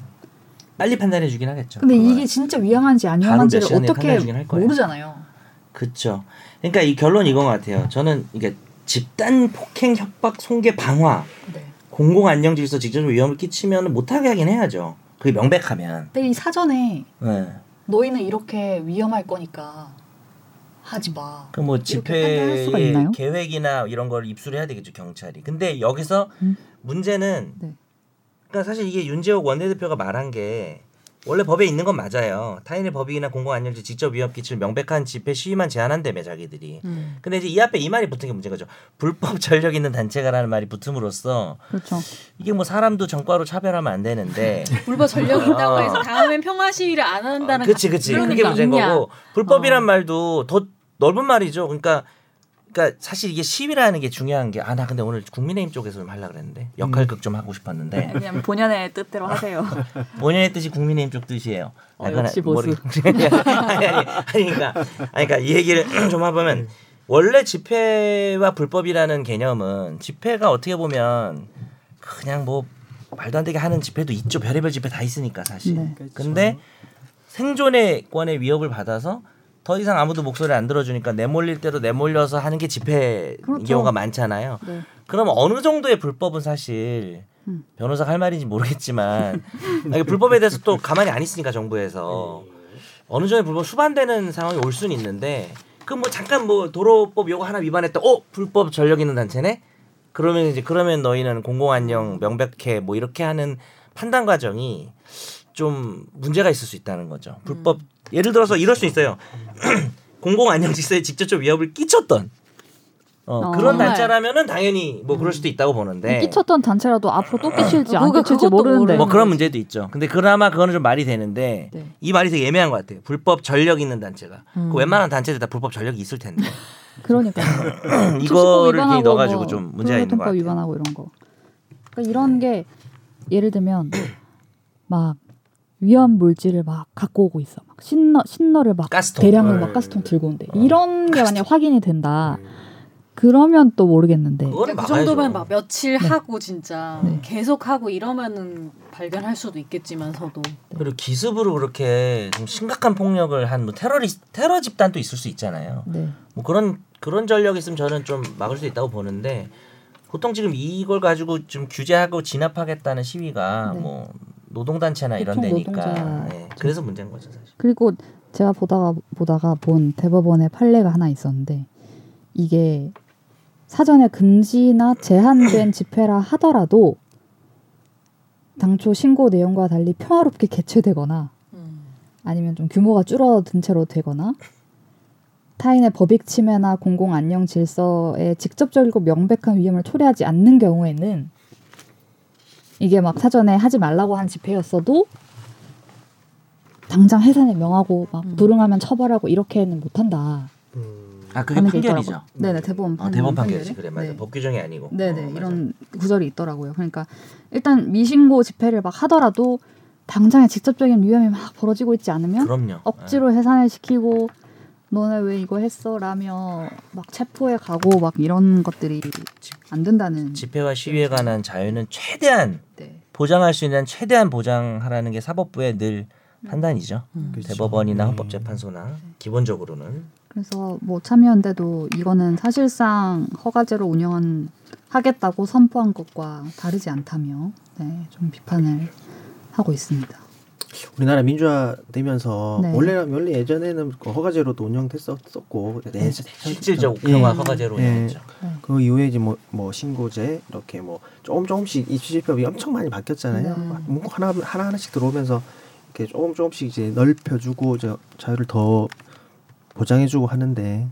C: 빨리 판단해 주긴 하겠죠.
A: 근데
C: 그거는.
A: 이게 진짜 위험한지 안
C: 바로 몇
A: 위험한지를
C: 시간에
A: 어떻게
C: 판단해주긴 할 거예요.
A: 모르잖아요.
C: 그쵸. 그러니까 이 결론 이건 것 같아요. 저는 이게 집단 폭행, 협박, 송계, 방화,
A: 네.
C: 공공 안녕 질서 직접 위험을 끼치면 못하게 하긴 해야죠. 그게 명백하면.
A: 근데 이 사전에
C: 네.
A: 너희는 이렇게 위험할 거니까 하지 마.
C: 그뭐
A: 판단할 수가
C: 집회의
A: 있나요?
C: 계획이나 이런 걸 입수를 해야 되겠죠 경찰이. 근데 여기서
A: 음.
C: 문제는
A: 네.
C: 그러니까 사실 이게 윤재욱 원내대표가 말한 게 원래 법에 있는 건 맞아요. 타인의 법익이나 공공 안녕지 직접 위협 끼칠 명백한 집회 시위만 제한한다며 자기들이.
A: 음.
C: 근데 이제 이 앞에 이 말이 붙은 게 문제인 거죠. 불법 전력 있는 단체가라는 말이 붙음으로써
A: 그렇죠.
C: 이게 뭐 사람도 정과로 차별하면 안 되는데
D: 불법 전력이 있다고
C: 아.
D: 해서 다음엔 평화 시위를 안 한다는
C: 그치 그치
D: 그런
C: 그게
D: 게 어.
C: 문제인
D: 있냐.
C: 거고 불법이란 말도 더 넓은 말이죠 그러니까 그러니까 사실 이게 시위라는 게 중요한 게 아 나 근데 오늘 국민의힘 쪽에서 좀 하려 그랬는데 역할극 좀 하고
D: 네.
C: 싶었는데
G: 그냥 본연의 뜻대로 하세요.
C: 본연의 뜻이 국민의힘 쪽 뜻이에요
E: 어,
A: 아,
C: 약간
E: 역시
C: 머리-
E: 보수.
C: 아니 아니 아니 그러니까 아니 그러니까 이 얘기를 좀 해보면 원래 집회와 불법이라는 개념은 집회가 어떻게 보면 그냥 뭐 말도 안 되게 하는 집회도 있죠 별의별 집회 다 있으니까 사실
A: 네.
C: 근데 생존의 권의 위협을 받아서 더 이상 아무도 목소리를 안 들어주니까 내몰릴 대로 내몰려서 하는 게 집회
A: 그렇죠.
C: 경우가 많잖아요.
A: 네.
C: 그럼 어느 정도의 불법은 사실
A: 음.
C: 변호사가 할 말인지 모르겠지만 아, 이게 불법에 대해서 또 가만히 안 있으니까 정부에서 어느 정도의 불법 수반되는 상황이 올 수는 있는데 그 뭐 잠깐 뭐 도로법 요거 하나 위반했다. 어 불법 전력 있는 단체네. 그러면 이제 그러면 너희는 공공 안녕 명백해 뭐 이렇게 하는 판단 과정이 좀 문제가 있을 수 있다는 거죠. 불법
A: 음.
C: 예를 들어서 이럴 수 있어요. 공공 안녕 질서에 직접적 위협을 끼쳤던 어,
A: 어,
C: 그런
A: 정말. 음,
C: 날짜라면은 당연히 뭐 그럴 수도 있다고 보는데
A: 끼쳤던 단체라도 앞으로 또
C: 네.
A: 끼칠지 안
D: 그거-
A: 끼칠지
D: 그것도
A: 모르는데
D: 모르는
C: 뭐 그런 문제도 있죠. 근데 그나마 그거는 좀 말이 되는데
E: 네.
C: 이 말이 되게 애매한 것 같아요. 불법 전력 있는 단체가 그 웬만한 단체들 다 불법 전력이 있을 텐데
A: 음. 그러니까
C: 이거를
A: 뭐
C: 이렇게 넣어가지고 좀 문제가 있는 것
A: 법
C: 같아요.
A: 위반하고 이런 거. 그러니까 이런 게 예를 들면 막 위험 물질을 막 갖고 오고 있어. 막 신너 신너를 막
C: 가스통.
A: 대량으로
F: 네.
A: 막 가스통 들고 온대.
F: 어.
A: 이런 게 만약 확인이 된다. 그러면 또 모르겠는데.
C: 그거는
D: 그
C: 막아야죠.
D: 정도면 막 며칠
G: 네.
D: 하고 진짜
A: 네.
D: 계속 하고 이러면은 발견할 수도 있겠지만서도
C: 그리고 기습으로 그렇게 좀 심각한 폭력을 한 뭐 테러리 테러 집단도 있을 수 있잖아요.
A: 네.
C: 뭐 그런 그런 전력이 있으면 저는 좀 막을 수 있다고 보는데 보통 지금 이걸 가지고 좀 규제하고 진압하겠다는 시위가
A: 네.
C: 뭐 노동단체나 이런
A: 보통
C: 데니까
A: 노동자.
C: 예, 그래서 문제인 거죠 사실.
A: 그리고 제가 보다가 보다가 본 대법원의 판례가 하나 있었는데 이게 사전에 금지나 제한된 집회라 하더라도 당초 신고 내용과 달리 평화롭게 개최되거나
D: 음.
A: 아니면 좀 규모가 줄어든 채로 되거나 타인의 법익 침해나 공공 안녕 질서에 직접적이고 명백한 위험을 초래하지 않는 경우에는 이게 막 사전에 하지 말라고 한 집회였어도 당장 해산에 명하고 막 불응하면 처벌하고 이렇게는 못한다.
F: 음.
C: 아
A: 하는 게 있더라고요. 네네 대법원
C: 아,
A: 음, 판
C: 대법원 판결이지 그래 맞아
A: 네.
C: 법 규정이 아니고.
A: 네네
C: 어, 맞아.
A: 이런 구절이 있더라고요. 그러니까 일단 미신고 집회를 막 하더라도 당장에 직접적인 위험이 막 벌어지고 있지 않으면
C: 그럼요.
A: 억지로 해산을 시키고 너네 왜 이거 했어? 라며 막 체포해 가고 막 이런 것들이 안 된다는
C: 예. 집회와 시위에
A: 그렇죠.
C: 관한 자유는 최대한
A: 네.
C: 보장할 수 있는 최대한 보장하라는 게 사법부의 늘
A: 음.
C: 판단이죠.
G: 음.
B: 그렇죠.
C: 대법원이나
B: 네.
C: 헌법재판소나 기본적으로는
A: 그래서 뭐 참여연대도 이거는 사실상 허가제로 운영한 하겠다고 선포한 것과 다르지 않다며 네, 좀 비판을 하고 있습니다.
F: 우리나라 민주화 되면서
A: 네.
F: 원래 원래 예전에는 그 허가제로도 운영됐었고 네.
C: 실질적
A: 네.
F: 예.
C: 평화 허가제로
F: 예.
C: 운영했죠.
F: 그 이후에 이제 뭐, 뭐 신고제 이렇게 뭐 조금 조금씩 입시집법이 엄청 많이 바뀌었잖아요.
A: 네.
F: 막 문구 하나 하나 하나씩 들어오면서 이렇게 조금 조금씩 이제 넓혀주고 저 자유를 더 보장해주고 하는데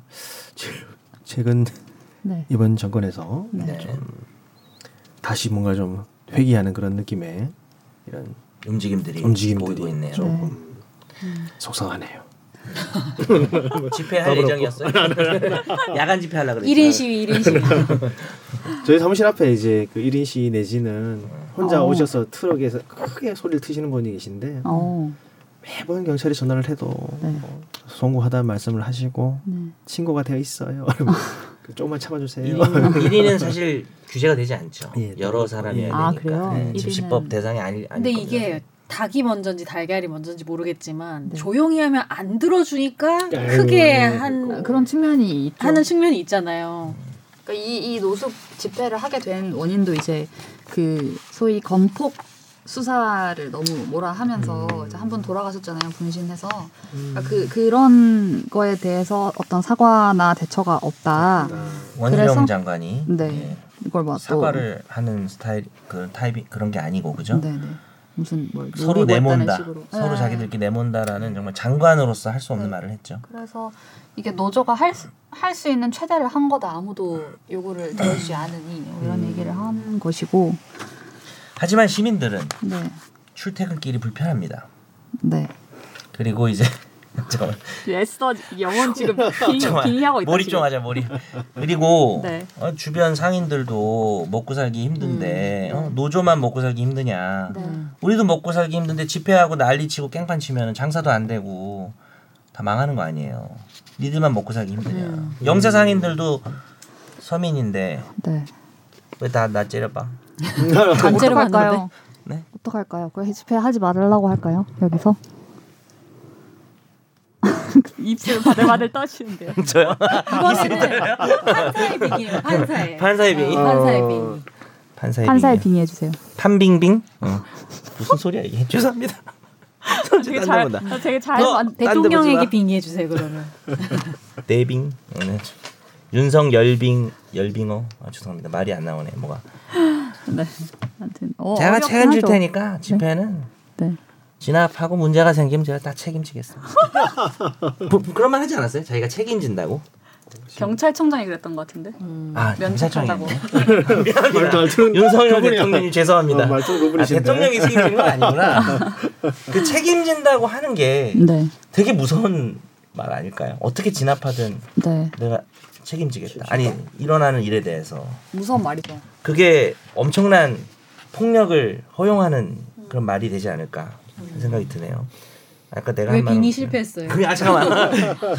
F: 최- 최근
A: 네.
F: 이번 정권에서
A: 네.
F: 좀 다시 뭔가 좀 회귀하는 그런 느낌의 이런
C: 움직임들이, 보이고
F: 움직임들이
C: 있네요.
F: 조금 속상하네요.
A: 아.
C: 집회할 예정이었어요. 야간 집회 하려 그랬죠.
D: 1인 시위 1인 시위
F: 저희 사무실 앞에 이제 그 1인 시위 내지는 혼자
A: 어.
F: 오셔서 트럭에서 크게 소리를 트시는 분이 계신데
A: 어,
F: 매번 경찰에 전화를 해도
A: 네.
F: 뭐 송구하다는 말씀을 하시고
A: 네.
F: 친구가 되어 있어요. 그 조금만
C: 네.
F: 참아주세요.
C: 1인, 네. 은 사실 규제가 되지 않죠.
F: 예,
C: 여러 사람이
F: 예.
C: 해야
A: 아,
C: 되니까.
A: 그래요?
C: 예, 집시법 대상이 아니 아니.
D: 근데 이게 닭이 먼저인지 달걀이 먼저인지 모르겠지만
A: 네.
D: 조용히 하면 안 들어주니까
F: 아이고,
C: 네.
D: 크게
F: 아이고.
D: 한
G: 그렇죠.
A: 그런 측면이 있죠.
D: 하는 측면이 있잖아요.
A: 그러니까 이, 이 노숙 집회를 하게 된 원인도 이제 그 소위 건폭 수사를 너무 뭐라 하면서
C: 음.
A: 이제 한 분 돌아가셨잖아요 분신해서
C: 아,
A: 그러니까 그 그런 거에 대해서 어떤 사과나 대처가 없다.
F: 아,
C: 원희룡
A: 그래서-
C: 장관이
A: 네. 이걸
C: 예,
A: 막
C: 사과를 하는 스타일 그런 타입이 그런 게 아니고
A: 또,
C: 그죠?
A: 네네 무슨 뭘
C: 서로
A: 노리고 했다는
C: 내몬다.
A: 식으로.
C: 서로
A: 네.
C: 자기들끼리 내몬다라는 정말 장관으로서 할 수 없는
A: 네.
C: 말을 했죠.
A: 그래서 이게 노조가 할 할 수 있는 최대를 한 거다 아무도 요구를 들어주지 않으니 뭐 이런
C: 음.
A: 얘기를 한 것이고
C: 하지만 시민들은
A: 네
C: 출퇴근길이 불편합니다.
A: 네.
C: 그리고 이제 잠깐만
G: 애써 영혼 지금 빙,
C: 잠깐만.
G: 빙의하고 있다.
C: 몰입
G: 지금.
C: 좀 하자 몰입. 그리고
G: 네.
C: 어, 주변 상인들도 먹고 살기 힘든데 어, 노조만 먹고 살기 힘드냐.
G: 음.
A: 네.
D: 음.
C: 우리도 먹고 살기 힘든데 집회하고 난리치고 깽판 치면 장사도 안 되고 다 망하는 거 아니에요. 니들만 먹고 살기
D: 네.
C: 힘드냐. 영세 상인들도 서민인데
A: 네.
C: 왜 다 나 째려봐.
D: 단체로
A: 어떡할까요?
C: 네?
A: 어떡할까요? 그 집회 하지 말라고 할까요? 여기서?
G: 입술 바들바들 떠시는데요.
C: 저요?
D: 이거는 판사의 빙이에요. 판사의
C: 판사의 빙의?
D: 어, 판사의 빙.
C: 판사의
A: 판사에
C: 빙.
A: 빙의해 주세요.
C: 판빙빙? 어. 무슨 소리야 이게? 죄송합니다.
D: 아,
G: 되게 잘,
C: 보다.
G: 나 되게 잘.
C: 어, 딴데 네. 보지
D: 대통령에게
C: 마.
D: 빙의해 주세요. 그러면
C: 내빙. 네. 윤성 열빙 열빙어. 아, 죄송합니다. 말이 안 나오네. 뭐가.
A: 네. 아무튼 어,
C: 제가
A: 어렵긴
C: 책임질
A: 하죠.
C: 테니까 집회는
A: 네.
C: 진압하고 문제가 생기면 제가 다 책임지겠습니다. 부- 그런 말 하지 않았어요? 자기가 책임진다고?
I: 경찰청장이 그랬던 것 같은데.
A: 음.
C: 아
I: 면책하다고.
B: 말도 안 틀은
C: 윤석열
B: 그분이야.
C: 대통령님 죄송합니다.
B: 어, 말투
C: 아,
B: 그분이신데.
C: 대통령이 책임지는 건 아니구나. 그 책임진다고 하는 게
A: 네,
C: 되게 무서운 말 아닐까요? 어떻게 진압하든
A: 네.
C: 내가 책임지겠다. 아니 일어나는 일에 대해서
J: 무서운 말이죠.
C: 그게 엄청난 폭력을 허용하는 그런 말이 되지 않을까 하는 생각이 드네요. 아까 내가
D: 왜
C: 한 말은
D: 빙이
C: 뭐냐.
D: 실패했어요?
C: 그게 아 잠깐만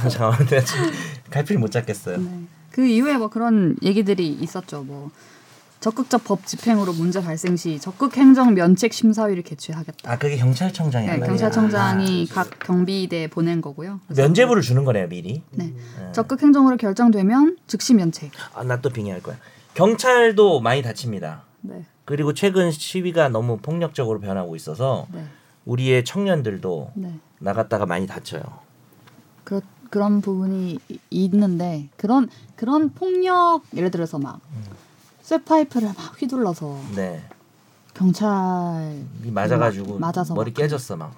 C: 잠깐만 내가 지금 갈피를 못 잡겠어요.
A: 네. 그 이후에 뭐 그런 얘기들이 있었죠. 뭐 적극적 법 집행으로 문제 발생 시 적극 행정 면책 심사위를 개최하겠다.
C: 아 그게 경찰청장이
A: 네,
C: 한 말이야.
A: 경찰청장이 각 경비대에 보낸 거고요.
C: 아, 면제부를 주는 거네요 미리.
A: 네.
C: 네.
A: 적극 행정으로 결정되면 즉시 면책.
C: 아나 또 빙의할 거야. 경찰도 많이 다칩니다.
A: 네.
C: 그리고 최근 시위가 너무 폭력적으로 변하고 있어서
A: 네.
C: 우리의 청년들도
A: 네.
C: 나갔다가 많이 다쳐요.
A: 그렇 그런 부분이 이- 있는데 그런 그런 폭력 예를 들어서 막
C: 음.
A: 쇠파이프를 막 휘둘러서
C: 네.
A: 경찰
C: 이 맞아가지고
A: 막 맞아서
C: 머리
A: 막.
C: 깨졌어 막.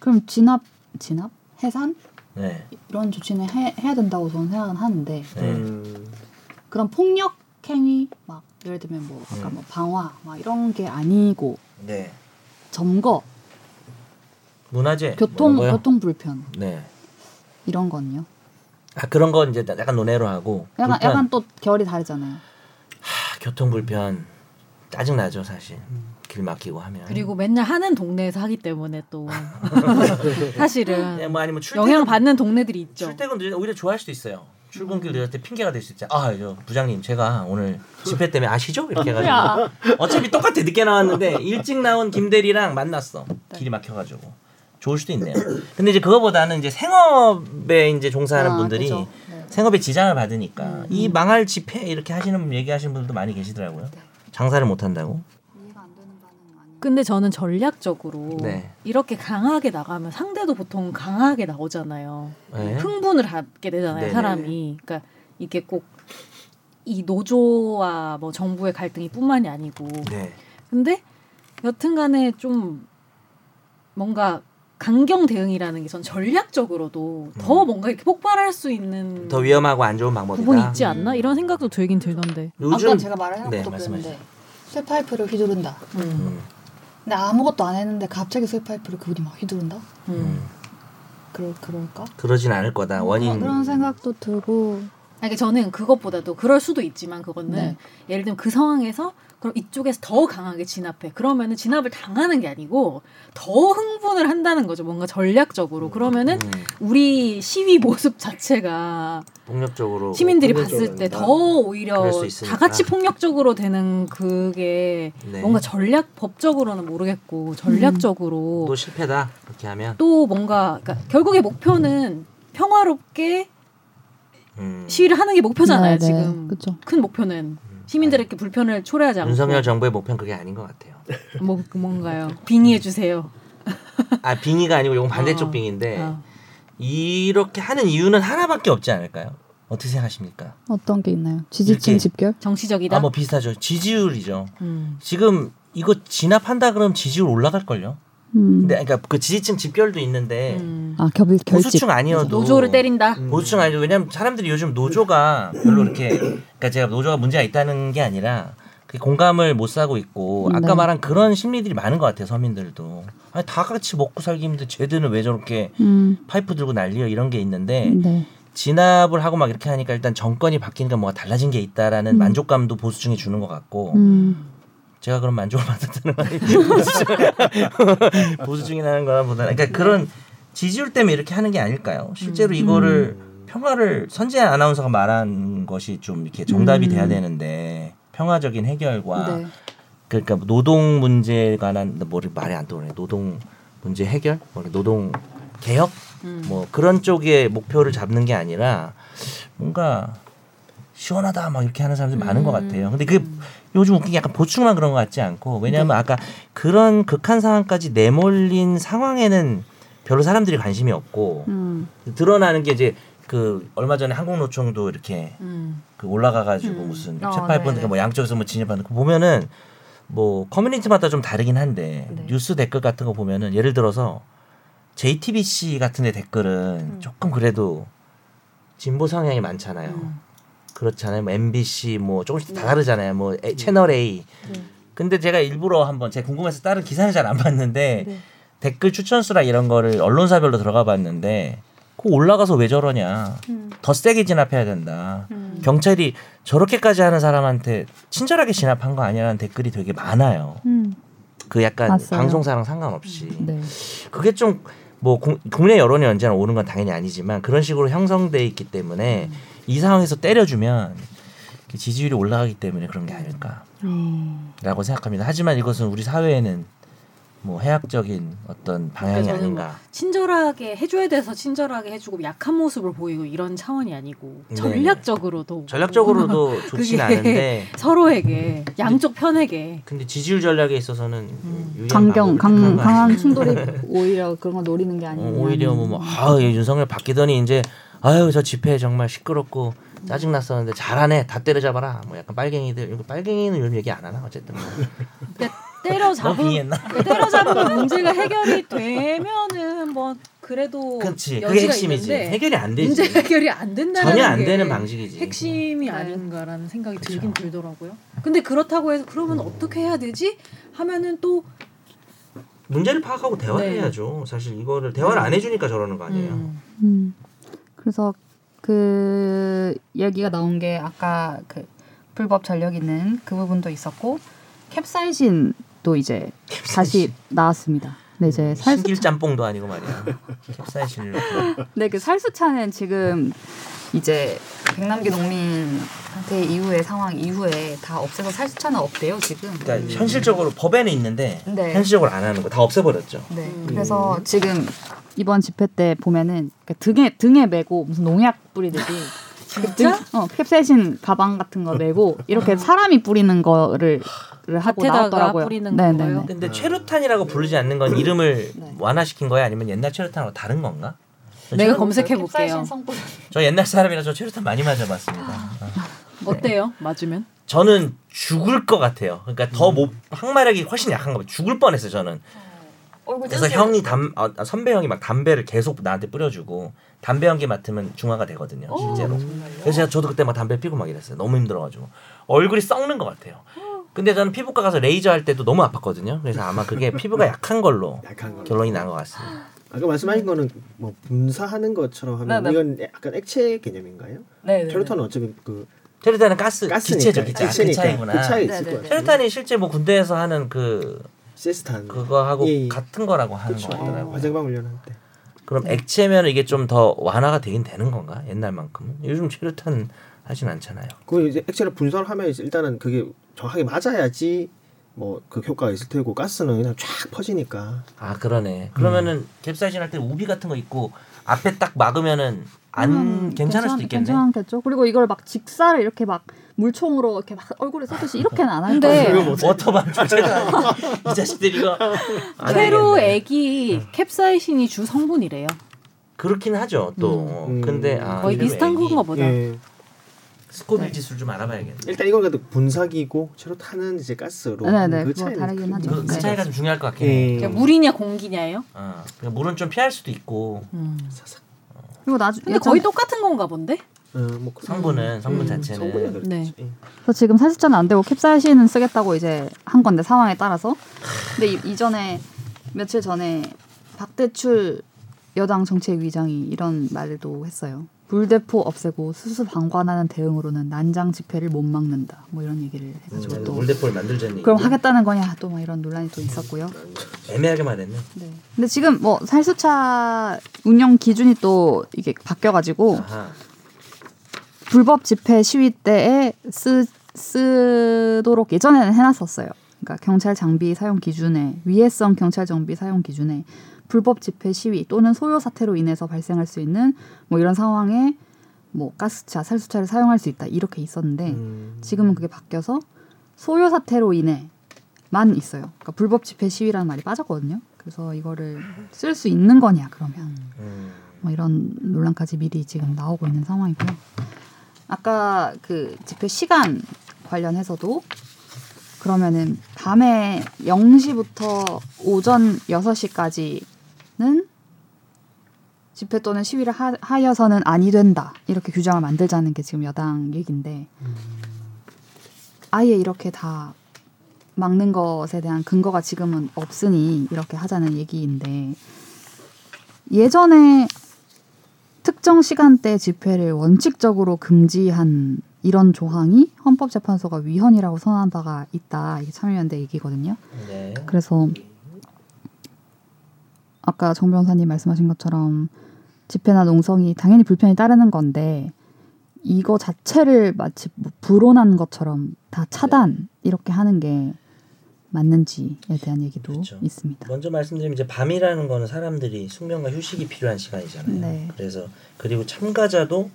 A: 그럼 진압 진압 해산
C: 네.
A: 이런 조치는 해, 해야 된다고 저는 생각은 하는데
C: 네.
F: 음.
A: 그런 폭력 행위 막 예를 들면 뭐 아까
C: 음.
A: 뭐 방화 막 이런 게 아니고
C: 네.
A: 점거
C: 문화재.
A: 교통
C: 뭐라고요?
A: 교통 불편
C: 네.
A: 이런 건요
C: 아 그런 건 이제 약간 논외로 하고.
A: 약간
C: 불편.
A: 약간 또 결이 다르잖아요
C: 아, 교통 불편 짜증 나죠 사실. 길 막히고 하면.
D: 그리고 맨날 하는 동네에서 하기 때문에 또 사실은
C: 네, 뭐 아니면 출퇴근
D: 영향 받는 동네들이 있죠.
C: 출퇴근 늦 오히려 좋아할 수도 있어요. 출근길 늦을 때 핑계가 될 수 있죠. 아, 저 부장님 제가 오늘 집회 때문에 아시죠? 이렇게 해가지고 어차피 똑같아 늦게 나왔는데 일찍 나온 김 대리랑 만났어.
A: 네.
C: 길이 막혀가지고 좋을 수도 있네요. 근데 이제 그거보다는 이제 생업에 이제 종사하는
A: 아,
C: 분들이
A: 그죠. 네.
C: 생업에 지장을 받으니까 이 망할 집회 이렇게 하시는 얘기하시는 분들도 많이 계시더라고요. 장사를 못 한다고.
D: 근데 저는 전략적으로
C: 네.
D: 이렇게 강하게 나가면 상대도 보통 강하게 나오잖아요.
C: 네.
D: 흥분을 하게 되잖아요,
C: 네네네.
D: 사람이. 그러니까 이게 꼭 이 노조와 뭐 정부의 갈등이 뿐만이 아니고
C: 네.
D: 근데 여튼간에 좀 뭔가 강경 대응이라는 게 전 전략적으로도 더 뭔가 이렇게 폭발할 수 있는
C: 음. 더 위험하고 안 좋은 방법이다.
D: 부분이 있지
C: 음.
D: 않나 이런 생각도 들긴 들던데.
C: 요즘
J: 아까 제가 말한
C: 네,
J: 것도
C: 말씀하세요.
J: 그랬는데 쇠파이프를 휘두른다.
C: 음,
J: 근데 아무것도 안 했는데 갑자기 쇠파이프를 그분이 막 휘두른다?
D: 음. 아,
J: 그럴 그럴까?
C: 그러진 않을 거다. 원인
A: 아, 그런 생각도 들고
D: 아니, 저는 그것보다도 그럴 수도 있지만 그거는
J: 네.
D: 예를 들면 그 상황에서 그럼 이쪽에서 더 강하게 진압해. 그러면은 진압을 당하는 게 아니고 더 흥분을 한다는 거죠. 뭔가 전략적으로. 그러면은
C: 음,
D: 우리 시위 모습 자체가
C: 폭력적으로
D: 시민들이
B: 폭력적으로
D: 봤을 때 더
B: 된다.
D: 오히려
C: 어, 그럴 수 있으니까.
D: 다 같이 폭력적으로 되는 그게
C: 네.
D: 뭔가 전략 법적으로는 모르겠고 전략적으로
C: 또 실패다 이렇게 하면
D: 또 뭔가 그러니까 결국에 목표는 평화롭게
C: 음,
D: 시위를 하는 게
A: 네,
D: 목표잖아요
A: 네.
D: 지금
A: 그쵸.
D: 큰 목표는 시민들에게 불편을 초래하지 않고
C: 윤석열 정부의 목표는 그게 아닌 것 같아요.
D: 뭐, 뭔가요 빙의해 주세요
C: 아 빙의가 아니고 이건 반대쪽
D: 어,
C: 빙인데
D: 어.
C: 이렇게 하는 이유는 하나밖에 없지 않을까요? 어떻게 생각하십니까?
A: 어떤 게 있나요 지지층
C: 이렇게.
A: 집결
D: 정치적이다
C: 아뭐 비슷하죠. 지지율이죠.
D: 음.
C: 지금 이거 진압한다 그러면 지지율 올라갈 걸요.
A: 음.
C: 근데 그러니까 그 지지층 집결도 있는데
D: 음.
A: 아 겹, 결집 음.
C: 보수층 네. 아니어도 음.
D: 노조를 때린다
C: 보수층 아니죠. 왜냐면 사람들이 요즘 노조가 별로 이렇게 그러니까 제가 노조가 문제가 있다는 게 아니라 그 공감을 못 사고 있고
D: 음,
C: 아까
A: 네.
C: 말한 그런 심리들이 많은 것 같아요. 서민들도 아니 다 같이 먹고 살기 힘든데 쟤들은 왜 저렇게
A: 음.
C: 파이프 들고 난리야 이런 게 있는데
D: 음.
A: 네.
C: 진압을 하고 막 이렇게 하니까 일단 정권이 바뀌니까 뭐가 달라진 게 있다라는
A: 음.
C: 만족감도 보수층이 주는 것 같고
A: 음.
C: 제가 그런 만족을 받았다는 말이 보수중이라는 거보다 그러니까 그런 지지율 때문에 이렇게 하는 게 아닐까요? 실제로 이거를 평화를 선재 아나운서가 말한 것이 좀 이렇게 정답이 돼야 되는데 평화적인 해결과
A: 네.
C: 그러니까 노동 문제에 관한 뭐를 말이 안 떠오르네 노동 문제 해결 뭐 노동 개혁
D: 음.
C: 뭐 그런 쪽의 목표를 잡는 게 아니라 뭔가 시원하다 막 이렇게 하는 사람들이 많은 것 같아요. 근데 그게 요즘 웃긴 게 약간 보충만 그런 것 같지 않고 왜냐하면 아까 그런 극한 상황까지 내몰린 상황에는 별로 사람들이 관심이 없고
A: 음.
C: 드러나는 게 이제 그 얼마 전에 한국노총도 이렇게
D: 음.
C: 그 올라가가지고 무슨
J: 어,
C: 재판부니까
J: 네네.
C: 뭐 양쪽에서 뭐 진입하는 거 보면은 뭐 커뮤니티마다 좀 다르긴 한데
J: 네.
C: 뉴스 댓글 같은 거 보면은
J: 음.
C: 예를 들어서 JTBC 같은 데 댓글은 조금 그래도 진보 성향이 많잖아요.
J: 음.
C: 그렇잖아요. 뭐 MBC 뭐 조금씩
J: 네.
C: 다 다르잖아요. 뭐 에- 채널 A. 근데 제가 일부러 한번 제가 궁금해서 다른 기사를 잘 안 봤는데
J: 네.
C: 댓글 추천수랑 이런 거를 언론사별로 들어가 봤는데 그 올라가서 왜 저러냐. 더 세게 진압해야 된다. 경찰이 저렇게까지 하는 사람한테 친절하게 진압한 거 아니라는 댓글이 되게 많아요.
A: 음.
C: 그 약간
A: 맞아요.
C: 방송사랑 상관없이.
A: 네.
C: 그게 좀 뭐 국내 여론이 언제나 오는 건 당연히 아니지만 그런 식으로 형성돼 있기 때문에 이 상황에서 때려주면 그 지지율이 올라가기 때문에 그런 게 아닐까라고 생각합니다. 하지만 이것은 우리 사회에는 뭐 해악적인 어떤 방향이
A: 그렇죠.
D: 그러니까 저는
C: 아닌가.
D: 친절하게 해줘야 돼서 친절하게 해주고 약한 모습을 보이고 이런 차원이 아니고
C: 네.
D: 전략적으로도
C: 전략적으로도 좋진
D: 그게-
C: 않은데
D: 서로에게 양쪽 편에게
C: 근데 지지율 전략에 있어서는 유리한
A: 강경 음. 강
C: 방법을 택한 네. 거 아니에요?
A: 강한
E: 충돌이 오히려 그런 거 노리는 게 아니고
C: 어, 오히려 뭐아 예, 윤석열 바뀌더니 이제 아유 저 집회 정말 시끄럽고 짜증 났었는데 잘하네 다 때려잡아라 뭐 약간 빨갱이들 이거 빨갱이는 요즘 얘기 안 하나 어쨌든 너무
D: 때려잡은
C: 비했나
D: 때려잡은 문제가 해결이 되면은 뭐 그래도
C: 그렇지 그게
D: 여지가
C: 핵심이지
D: 있는데
C: 해결이 안
D: 문제
C: 되지
D: 해결이 안 된다는
C: 전혀 안
D: 게
C: 되는 방식이지
D: 핵심이
A: 네.
D: 아닌가라는 생각이 들긴 들더라고요. 근데 그렇다고 해서 그러면
C: 음.
D: 어떻게 해야 되지? 하면은 또
C: 문제를 파악하고 대화를
D: 네.
C: 해야죠 사실 이거를 대화를 안 해주니까 저러는 거 아니에요
D: 음,
A: 음. 그래서
E: 그 얘기가 나온 게 아까 그 불법 전력 있는 그 부분도 있었고
A: 캡사이신도 이제 다시 나왔습니다. 네, 이제 살수
C: 뭐 신길 짬뽕도 아니고 말이야 캡사이신으로
A: 네, 그 살수차는 지금 이제
E: 백남기 농민한테 이후의 상황 이후에 다 없애서 살수차는 없대요 지금.
A: 네,
D: 음.
C: 그러니까 현실적으로 법에는 있는데
E: 네.
C: 현실적으로 안 하는 거 다 없애버렸죠
E: 네.
D: 음.
E: 그래서 지금
A: 이번 집회 때 보면은 그 등에 등에 메고 무슨 농약 뿌리듯이
D: 진짜?
A: 어, 캡사이신 가방 같은 거 메고 이렇게 사람이 뿌리는 거를 를 하고
D: 밭에다가
A: 뭐 나왔더라고요. 네,
D: 뿌리는 거예요?
C: 근데 최루탄이라고 부르지 않는 건 이름을 완화시킨 거야 아니면 옛날 최루탄하고 다른 건가?
A: 네.
C: 저
D: 내가
C: 최루-
D: 검색해 볼게요.
C: 저 옛날 사람이라 저 최루탄 많이 맞아봤습니다. 아.
D: 어때요?
A: 네.
D: 맞으면?
C: 저는 죽을 것 같아요. 그러니까 더 못, 항마력이 훨씬 약한가 봐. 죽을 뻔했어요 저는.
D: 어,
C: 그래서 형이 담 아, 아, 선배 형이 막 담배를 계속 나한테 뿌려주고 담배 연기 맡으면 중화가 되거든요 실제로. 그래서 제가 저도 그때 막 담배 피고 막 이랬어요. 너무 힘들어가지고 얼굴이 썩는 것 같아요. 근데 저는 피부과 가서 레이저 할 때도 너무 아팠거든요. 그래서 아마 그게 피부가 약한 걸로
F: 약한 거.
C: 결론이 난 것 같습니다.
F: 아까 그 말씀하신 거는 뭐 분사하는 것처럼 하면
E: 네, 네.
F: 이건 약간 액체 개념인가요?
E: 네.
F: 캐로탄은 어차피 그
C: 체류탄은 가스,
F: 가스니까
C: 기체죠 기체. 아, 그
F: 액체니까
C: 차이구나.
F: 그 차이
E: 네,
F: 있을
E: 네,
F: 거예요.
E: 네.
C: 체류탄이 실제 뭐 군대에서 하는 그
F: 세스탄
C: 그거하고 어.
F: 예, 예.
C: 같은 거라고 하는
F: 그쵸. 어,
C: 거 같더라고요.
F: 화재방 훈련할 때.
C: 그럼 액체면 이게 좀 더 완화가 되긴 되는 건가? 옛날만큼? 요즘 체류탄 하진 않잖아요.
F: 그 이제 액체를 분사를 하면 이제 일단은 그게 정확하게 맞아야지 뭐 그 효과가 있을 테고 가스는 그냥 쫙 퍼지니까
C: 아 그러네.
F: 음.
C: 그러면은 캡사이신 할 때 우비 같은 거 있고 앞에 딱 막으면은 안
A: 음,
C: 괜찮을 수도
A: 괜찮-
C: 있겠네.
A: 괜찮겠죠. 그리고 이걸 막 직사를 이렇게 막 물총으로 이렇게 막 얼굴에 쏘듯이 이렇게는 안 할
D: 근데
A: 거예요.
F: 뭐
C: 워터밤 주제가 이 자식들 이거 안
D: 회로
C: 되겠네.
D: 액이 캡사이신이 주 성분이래요.
C: 음. 그렇긴 하죠 또
F: 음.
C: 근데 아,
D: 거의
C: 회로
D: 비슷한
C: 액이
D: 건가 뭐- 네. 보다.
F: 예.
C: 스코빌 지수를 좀 알아봐야겠네
F: 일단 이건 그래도 분사기고 체로탄은 이제 가스로
A: 네네,
F: 그
A: 그거
F: 차이는
A: 다르긴
F: 큰-
A: 하죠.
C: 그, 그
A: 네.
C: 차이가 좀 중요할 것 같긴 해
F: 예.
D: 그러니까 물이냐 공기냐예요?
C: 어, 그러니까 물은 좀 피할 수도 있고
A: 음. 그리고 나중
D: 근데 거의 똑같은 건가 본데?
F: 어, 뭐 그-
C: 성분은 성분
F: 음,
C: 자체는
F: 성분은 그렇지.
D: 네.
F: 예.
A: 그래서 지금 살수차는 안 되고 캡사이신은 쓰겠다고 이제 한 건데 상황에 따라서. 근데 이, 전에 며칠 전에 박대출 여당 정책위장이 이런 말도 했어요. 물대포 없애고 수수방관하는 대응으로는 난장 집회를 못 막는다. 뭐 이런 얘기를 해가지고
C: 음,
A: 또
C: 물대포를 만들자는 얘기
A: 그럼 하겠다는 거냐 또 막 이런 논란이 또 있었고요.
C: 애매하게 말했네
A: 네. 근데 지금 뭐 살수차 운영 기준이 또 이게 바뀌어가지고
C: 아하.
A: 불법 집회 시위 때에 쓰, 쓰도록 예전에는 해놨었어요. 그러니까 경찰 장비 사용 기준에 위해성 경찰 장비 사용 기준에 불법 집회 시위 또는 소요 사태로 인해서 발생할 수 있는 뭐 이런 상황에 뭐 가스차, 살수차를 사용할 수 있다 이렇게 있었는데
F: 음.
A: 지금은 그게 바뀌어서 소요 사태로 인해만 있어요. 그러니까 불법 집회 시위라는 말이 빠졌거든요. 그래서 이거를 쓸 수 있는 거냐 그러면
C: 음.
A: 뭐 이런 논란까지 미리 지금 나오고 있는 상황이고요. 아까 그 집회 시간 관련해서도 그러면은 밤에 0시부터 오전 6시까지는 집 집회 또는 시위를 하, 하여서는 아니 된다 이렇게 규정을 만들자는 게 지금 여당 얘기인데 아예 이렇게 다 막는 것에 대한 근거가 지금은 없으니 이렇게 하자는 얘기인데 예전에 특정 시간대 집회를 원칙적으로 금지한 이런 조항이 헌법재판소가 위헌이라고 선언한 바가 있다. 이게 참여연대 얘기거든요.
C: 네.
A: 그래서 아까 정 변호사님 말씀하신 것처럼 집회나 농성이 당연히 불편이 따르는 건데 이거 자체를 마치 뭐 불온한 것처럼 다
C: 네.
A: 차단 이렇게 하는 게 맞는지에 대한 얘기도
C: 그렇죠.
A: 있습니다.
C: 먼저 말씀드리면 이제 밤이라는 거는 사람들이 숙면과 휴식이 필요한 시간이잖아요.
A: 네.
C: 그래서 그리고 참가자도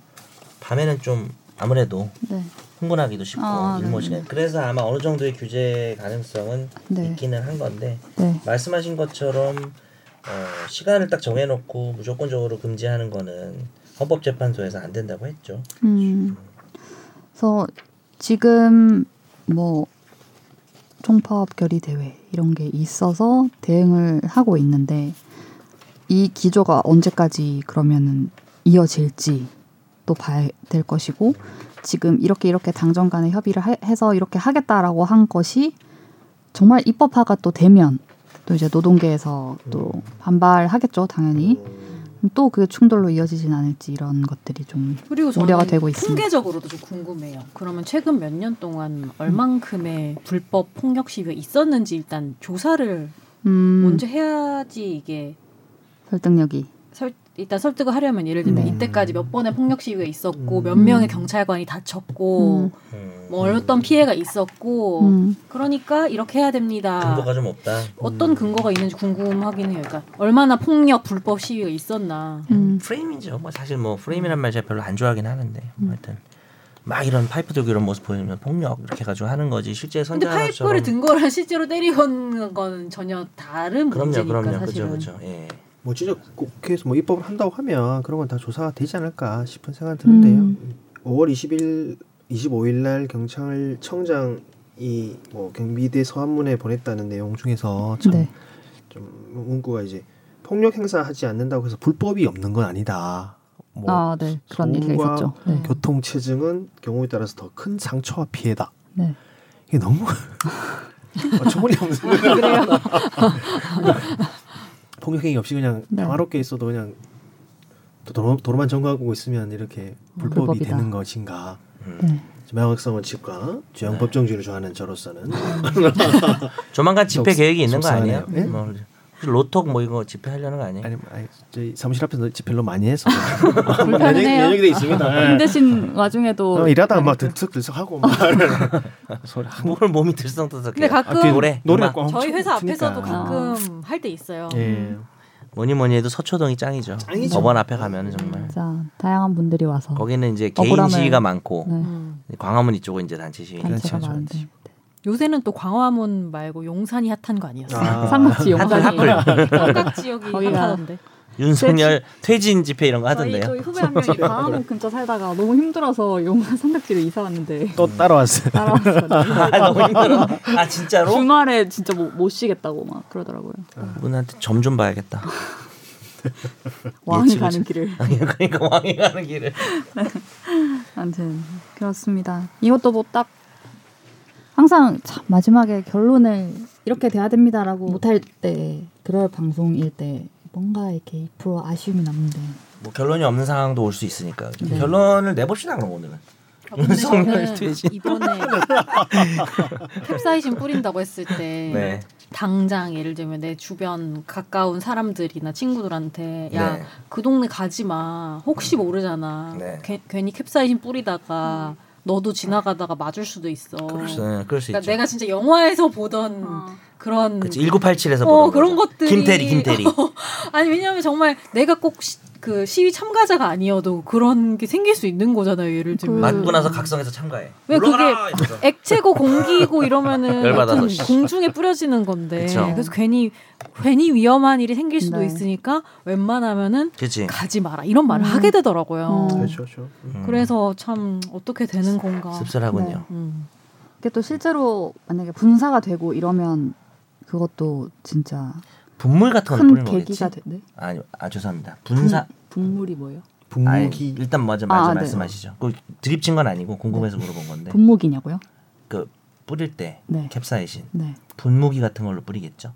C: 밤에는 좀 아무래도
A: 네.
C: 흥분하기도 쉽고
A: 아,
C: 일몰시네. 그래서 아마 어느 정도의 규제 가능성은
A: 네.
C: 있기는 한 건데
A: 네.
C: 말씀하신 것처럼 어, 시간을 딱 정해놓고 무조건적으로 금지하는 거는 헌법재판소에서 안 된다고 했죠.
A: 음. 그래서 지금 뭐 총파업 결의 대회 이런 게 있어서 대응을 하고 있는데 이 기조가 언제까지 그러면은 이어질지 또 봐야 될 것이고 지금 이렇게 이렇게 당정 간에 협의를 하- 해서 이렇게 하겠다라고 한 것이 정말 입법화가 또 되면 또 이제 노동계에서 또 반발하겠죠 당연히 또 그게 충돌로 이어지진 않을지 이런 것들이 좀
D: 그리고 저는
A: 우려가 되고 있습니다.
D: 통계적으로도 좀 궁금해요. 그러면 최근 몇 년 동안 얼만큼의 불법 폭력 시위가 있었는지 일단 조사를
A: 음,
D: 먼저 해야지 이게
A: 설득력이
D: 설, 일단 설득을 하려면 예를 들면
A: 네.
D: 이때까지 몇 번의 폭력 시위가 있었고 몇
A: 음.
D: 명의 경찰관이
A: 음.
D: 다쳤고
C: 음,
D: 뭐 어떤 피해가 있었고
A: 음,
D: 그러니까 이렇게 해야 됩니다.
C: 근거가 좀 없다.
D: 어떤 근거가 있는지 궁금하긴 해요. 그러니까 얼마나 폭력 불법 시위가 있었나.
C: 네.
A: 음,
C: 프레임이죠. 뭐 사실 뭐 프레임이란 말 제가 별로 안 좋아하긴 하는데
D: 음.
C: 뭐 하여튼 막 이런 파이프 들고 이런 모습 보이면 폭력 이렇게 가지고 하는 거지 실제
D: 근데
C: 선전처럼
D: 파이프를 든 거랑 실제로 때리는 건 전혀 다른
C: 그럼요,
D: 문제니까
C: 그럼요,
D: 사실은.
C: 그죠, 그죠. 예.
F: 뭐 진짜 국회에서 뭐 입법을 한다고 하면 그런 건 다 조사가 되지 않을까 싶은 생각이 드는데요.
A: 음.
F: 5월 20일, 25일 날 경찰청장이 뭐 경비대 서한문에 보냈다는 내용 중에서 참
A: 네.
F: 좀 문구가 이제 폭력 행사하지 않는다고 해서 불법이 없는 건 아니다. 뭐
A: 아, 네. 그런 얘기가
F: 소음과
A: 있었죠. 네.
F: 교통 체증은 경우에 따라서 더 큰 상처와 피해다.
A: 네.
F: 이게 너무 어처구니 없는 폭력행위 없이 그냥
A: 네.
F: 평화롭게 있어도 그냥 도- 도로, 도로만 점거하고 있으면 이렇게 불법이
A: 불법이다.
F: 되는 것인가?
C: 음.
A: 네.
F: 명확성을 집과 주형 법정주의를 좋아하는 저로서는
C: 조만간 집회
F: 속-
C: 계획이 있는 거
F: 속상하네요.
C: 아니에요?
F: 예?
C: 뭐 혹시 로톡 뭐 이거 집회 하려는 거 아니에요?
F: 아니, 아니 저희 사무실 앞에서 집회로 많이 해서
A: 불편해요.
F: 면역이 돼 있습니다. 예.
A: 힘드신 그 와중에도
F: 어, 일하다 막 들썩들썩하고 막 소리 한
C: 뭐, 뭘 몸이 들썩들썩해.
D: 근데 가끔
F: 아,
C: 노래,
F: 노래
C: 음악.
F: 꽝
D: 저희
F: 치고
D: 회사
F: 있으니까.
D: 앞에서도 가끔
C: 아.
D: 할 때 있어요.
F: 예.
C: 음. 뭐니 뭐니 해도 서초동이 짱이죠.
F: 짱이죠.
C: 법원 앞에 가면은 정말
D: 음.
A: 자, 다양한 분들이 와서
C: 거기는 이제 개인
A: 억울함을-
C: 시위가 많고
A: 네.
D: 음.
C: 광화문 이쪽은 이제 단체 시위.
D: 네.
A: 단체가
F: 그렇죠,
A: 많은데.
D: 요새는 또 광화문 말고 용산이 핫한 거 아니었어요?
F: 아.
A: 삼각지
D: 용산이
A: 용산이
D: 삼각 지역이
A: 거기가-
D: 핫하던데.
C: 윤석열 퇴진 집회 이런 거 하던데요.
A: 저희 후배 한 명이 광화문 근처 살다가 너무 힘들어서 용산 삼각지로 이사 왔는데
F: 또 따라왔어요.
A: 따라왔어요.
C: 아 너무 힘들어. 예, 아 진짜로?
A: 주말에 진짜 못, 못 쉬겠다고 막 그러더라고요.
C: 분한테 점 좀 봐야겠다.
A: 왕이
C: 예측을
A: 가는
C: 잘-
A: 길을.
C: 아니 그러니까 왕이 가는 길을.
A: 아무튼 그렇습니다. 이것도 뭐 딱 항상 참 마지막에 결론을 이렇게 돼야 됩니다라고 못할 때 그럴 방송일 때 뭔가 이렇게 2% 아쉬움이 남는데
C: 뭐 결론이 없는 상황도 올 수 있으니까
A: 네.
C: 결론을 내봅시다 그럼 오늘은. 윤석열 퇴진.
D: 이번에 캡사이신 뿌린다고 했을 때
C: 네.
D: 당장 예를 들면 내 주변 가까운 사람들이나 친구들한테 야
C: 네. 음.
D: 그 동네 가지 마 혹시 모르잖아
C: 네.
D: 괜- 괜히 캡사이신 뿌리다가 너도 지나가다가 맞을 수도 있어
C: 그럴 수, 네, 그럴 수
D: 그러니까
C: 있죠.
D: 내가 진짜 영화에서 보던 그런
C: 그치 1987에서
D: 어,
C: 보던
D: 그런
C: 거죠.
D: 것들이- 어.
C: 김태리 김태리.
D: 아니 왜냐하면 정말 내가 꼭 시, 그 시위 참가자가 아니어도 그런 게 생길 수 있는 거잖아요 예를 들면
C: 맞고 나서 각성해서 참가해.
D: 왜 그게-
C: 물러가라! 이러면서.
D: 액체고 공기고 이러면은
C: 열받아서,
D: 여튼
C: 씨.
D: 공중에 뿌려지는 건데
C: 그쵸.
D: 그래서 괜히 괜히 위험한 일이 생길 수도
A: 네.
D: 있으니까 웬만하면은
C: 그치.
D: 가지 마라 이런 말을
A: 음.
D: 하게 되더라고요.
A: 음.
F: 그렇죠, 그렇죠.
C: 네. 음.
D: 그래서 참 어떻게 되는 건가.
C: 씁쓸하군요.
D: 음.
A: 이게 또 실제로 만약에 분사가 되고 이러면 그것도 진짜
C: 분물 같은 건
A: 큰
D: 네.
C: 뿌리는 거겠지.
A: 계기가 되네.
C: 아니, 아 죄송합니다. 분사
A: 분물이 뭐예요?
C: 아이,
F: 분무기
C: 일단 먼저 맞아
A: 아, 네.
C: 말씀하시죠. 그 드립 친건 아니고 궁금해서 물어본 건데
A: 분무기냐고요?
C: 그 뿌릴 때
A: 네.
C: 캡사이신
A: 네.
C: 분무기 같은 걸로 뿌리겠죠.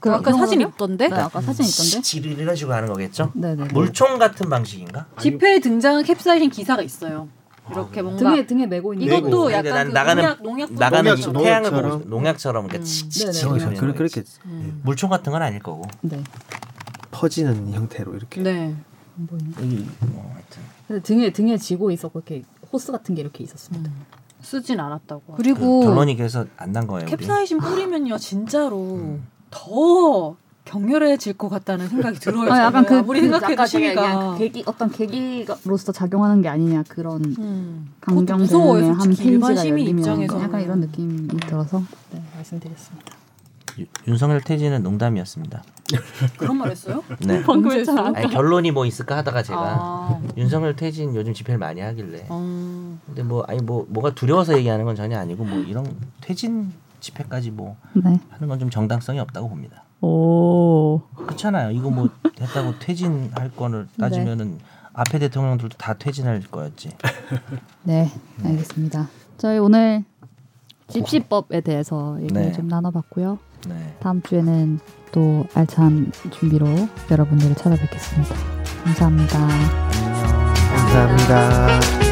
A: 그
D: 아까 사진 있던데
A: 네, 아까 사진 있던데.
C: 지를 이런 식으로 하는 거겠죠.
A: 네, 네.
C: 물총 같은 방식인가?
D: 지폐에 등장한 캡사이신 기사가 있어요. 이렇게 뭔가
A: 등에 등에 메고 있는
F: 이것도
D: 이것도
C: 아, 네. 난
D: 약간 그
C: 나가는-
D: 농약 농약
C: 나가는
F: 음. 농약처럼.
C: 이 태양을
F: 농약처럼.
C: 보고 싶- 농약처럼 그러니까
D: 음.
C: 치치치
A: 네네.
C: 이러는
F: 그래,
C: 거겠지.
F: 그렇게
D: 음.
C: 물총 같은 건 아닐 거고.
A: 네.
F: 퍼지는 형태로 이렇게
D: 네.
A: 안 보이네.
C: 이- 뭐 하여튼
A: 근데 등에 등에 지고 있었고 이렇게 호스 같은 게 이렇게 있었습니다.
D: 음. 쓰진
A: 음.
D: 않았다고.
C: 그
E: 그리고
C: 결론이 그래서 안 난 거예요. 네, 우리. 아.
D: 캡사이신 뿌리면요 진짜로
C: 음.
D: 더 격렬해질 것 같다는 생각이 들어요.
A: 아, 약간 그
D: 우리 생각해도
A: 아까 제가
D: 심이가
A: 얘기한 그 계기 어떤 계기로서 작용하는 게 아니냐 그런
D: 음.
A: 강경
D: 그것도 무서워요,
A: 대응의 한
D: 솔직히 일반
A: 페이지가
D: 시민
A: 열리면
D: 입장에서는.
A: 약간 이런 느낌이 들어서 네, 말씀드렸습니다.
C: 유- 윤석열 퇴진은 농담이었습니다.
D: 그런 말 했어요?
F: 음.
C: 네.
D: 방금 했잖아.
C: 아니, 결론이 뭐 있을까 하다가 제가
D: 아,
C: 윤석열 퇴진 요즘 집회를 많이 하길래
D: 음.
C: 근데 뭐 아니 뭐 뭐가 두려워서 얘기하는 건 전혀 아니고 뭐 이런 퇴진 집회까지 뭐
A: 네.
C: 하는 건 좀 정당성이 없다고 봅니다.
A: 오.
C: 그렇잖아요. 이거 뭐 했다고 퇴진할 건을 따지면은 앞에 대통령들도 다 퇴진할 거였지.
A: 네, 알겠습니다. 저희 오늘 집시법에 대해서 얘기를
C: 네.
A: 좀 나눠봤고요.
C: 네.
A: 다음 주에는 또 알찬 준비로 여러분들을 찾아뵙겠습니다. 감사합니다.
B: 감사합니다.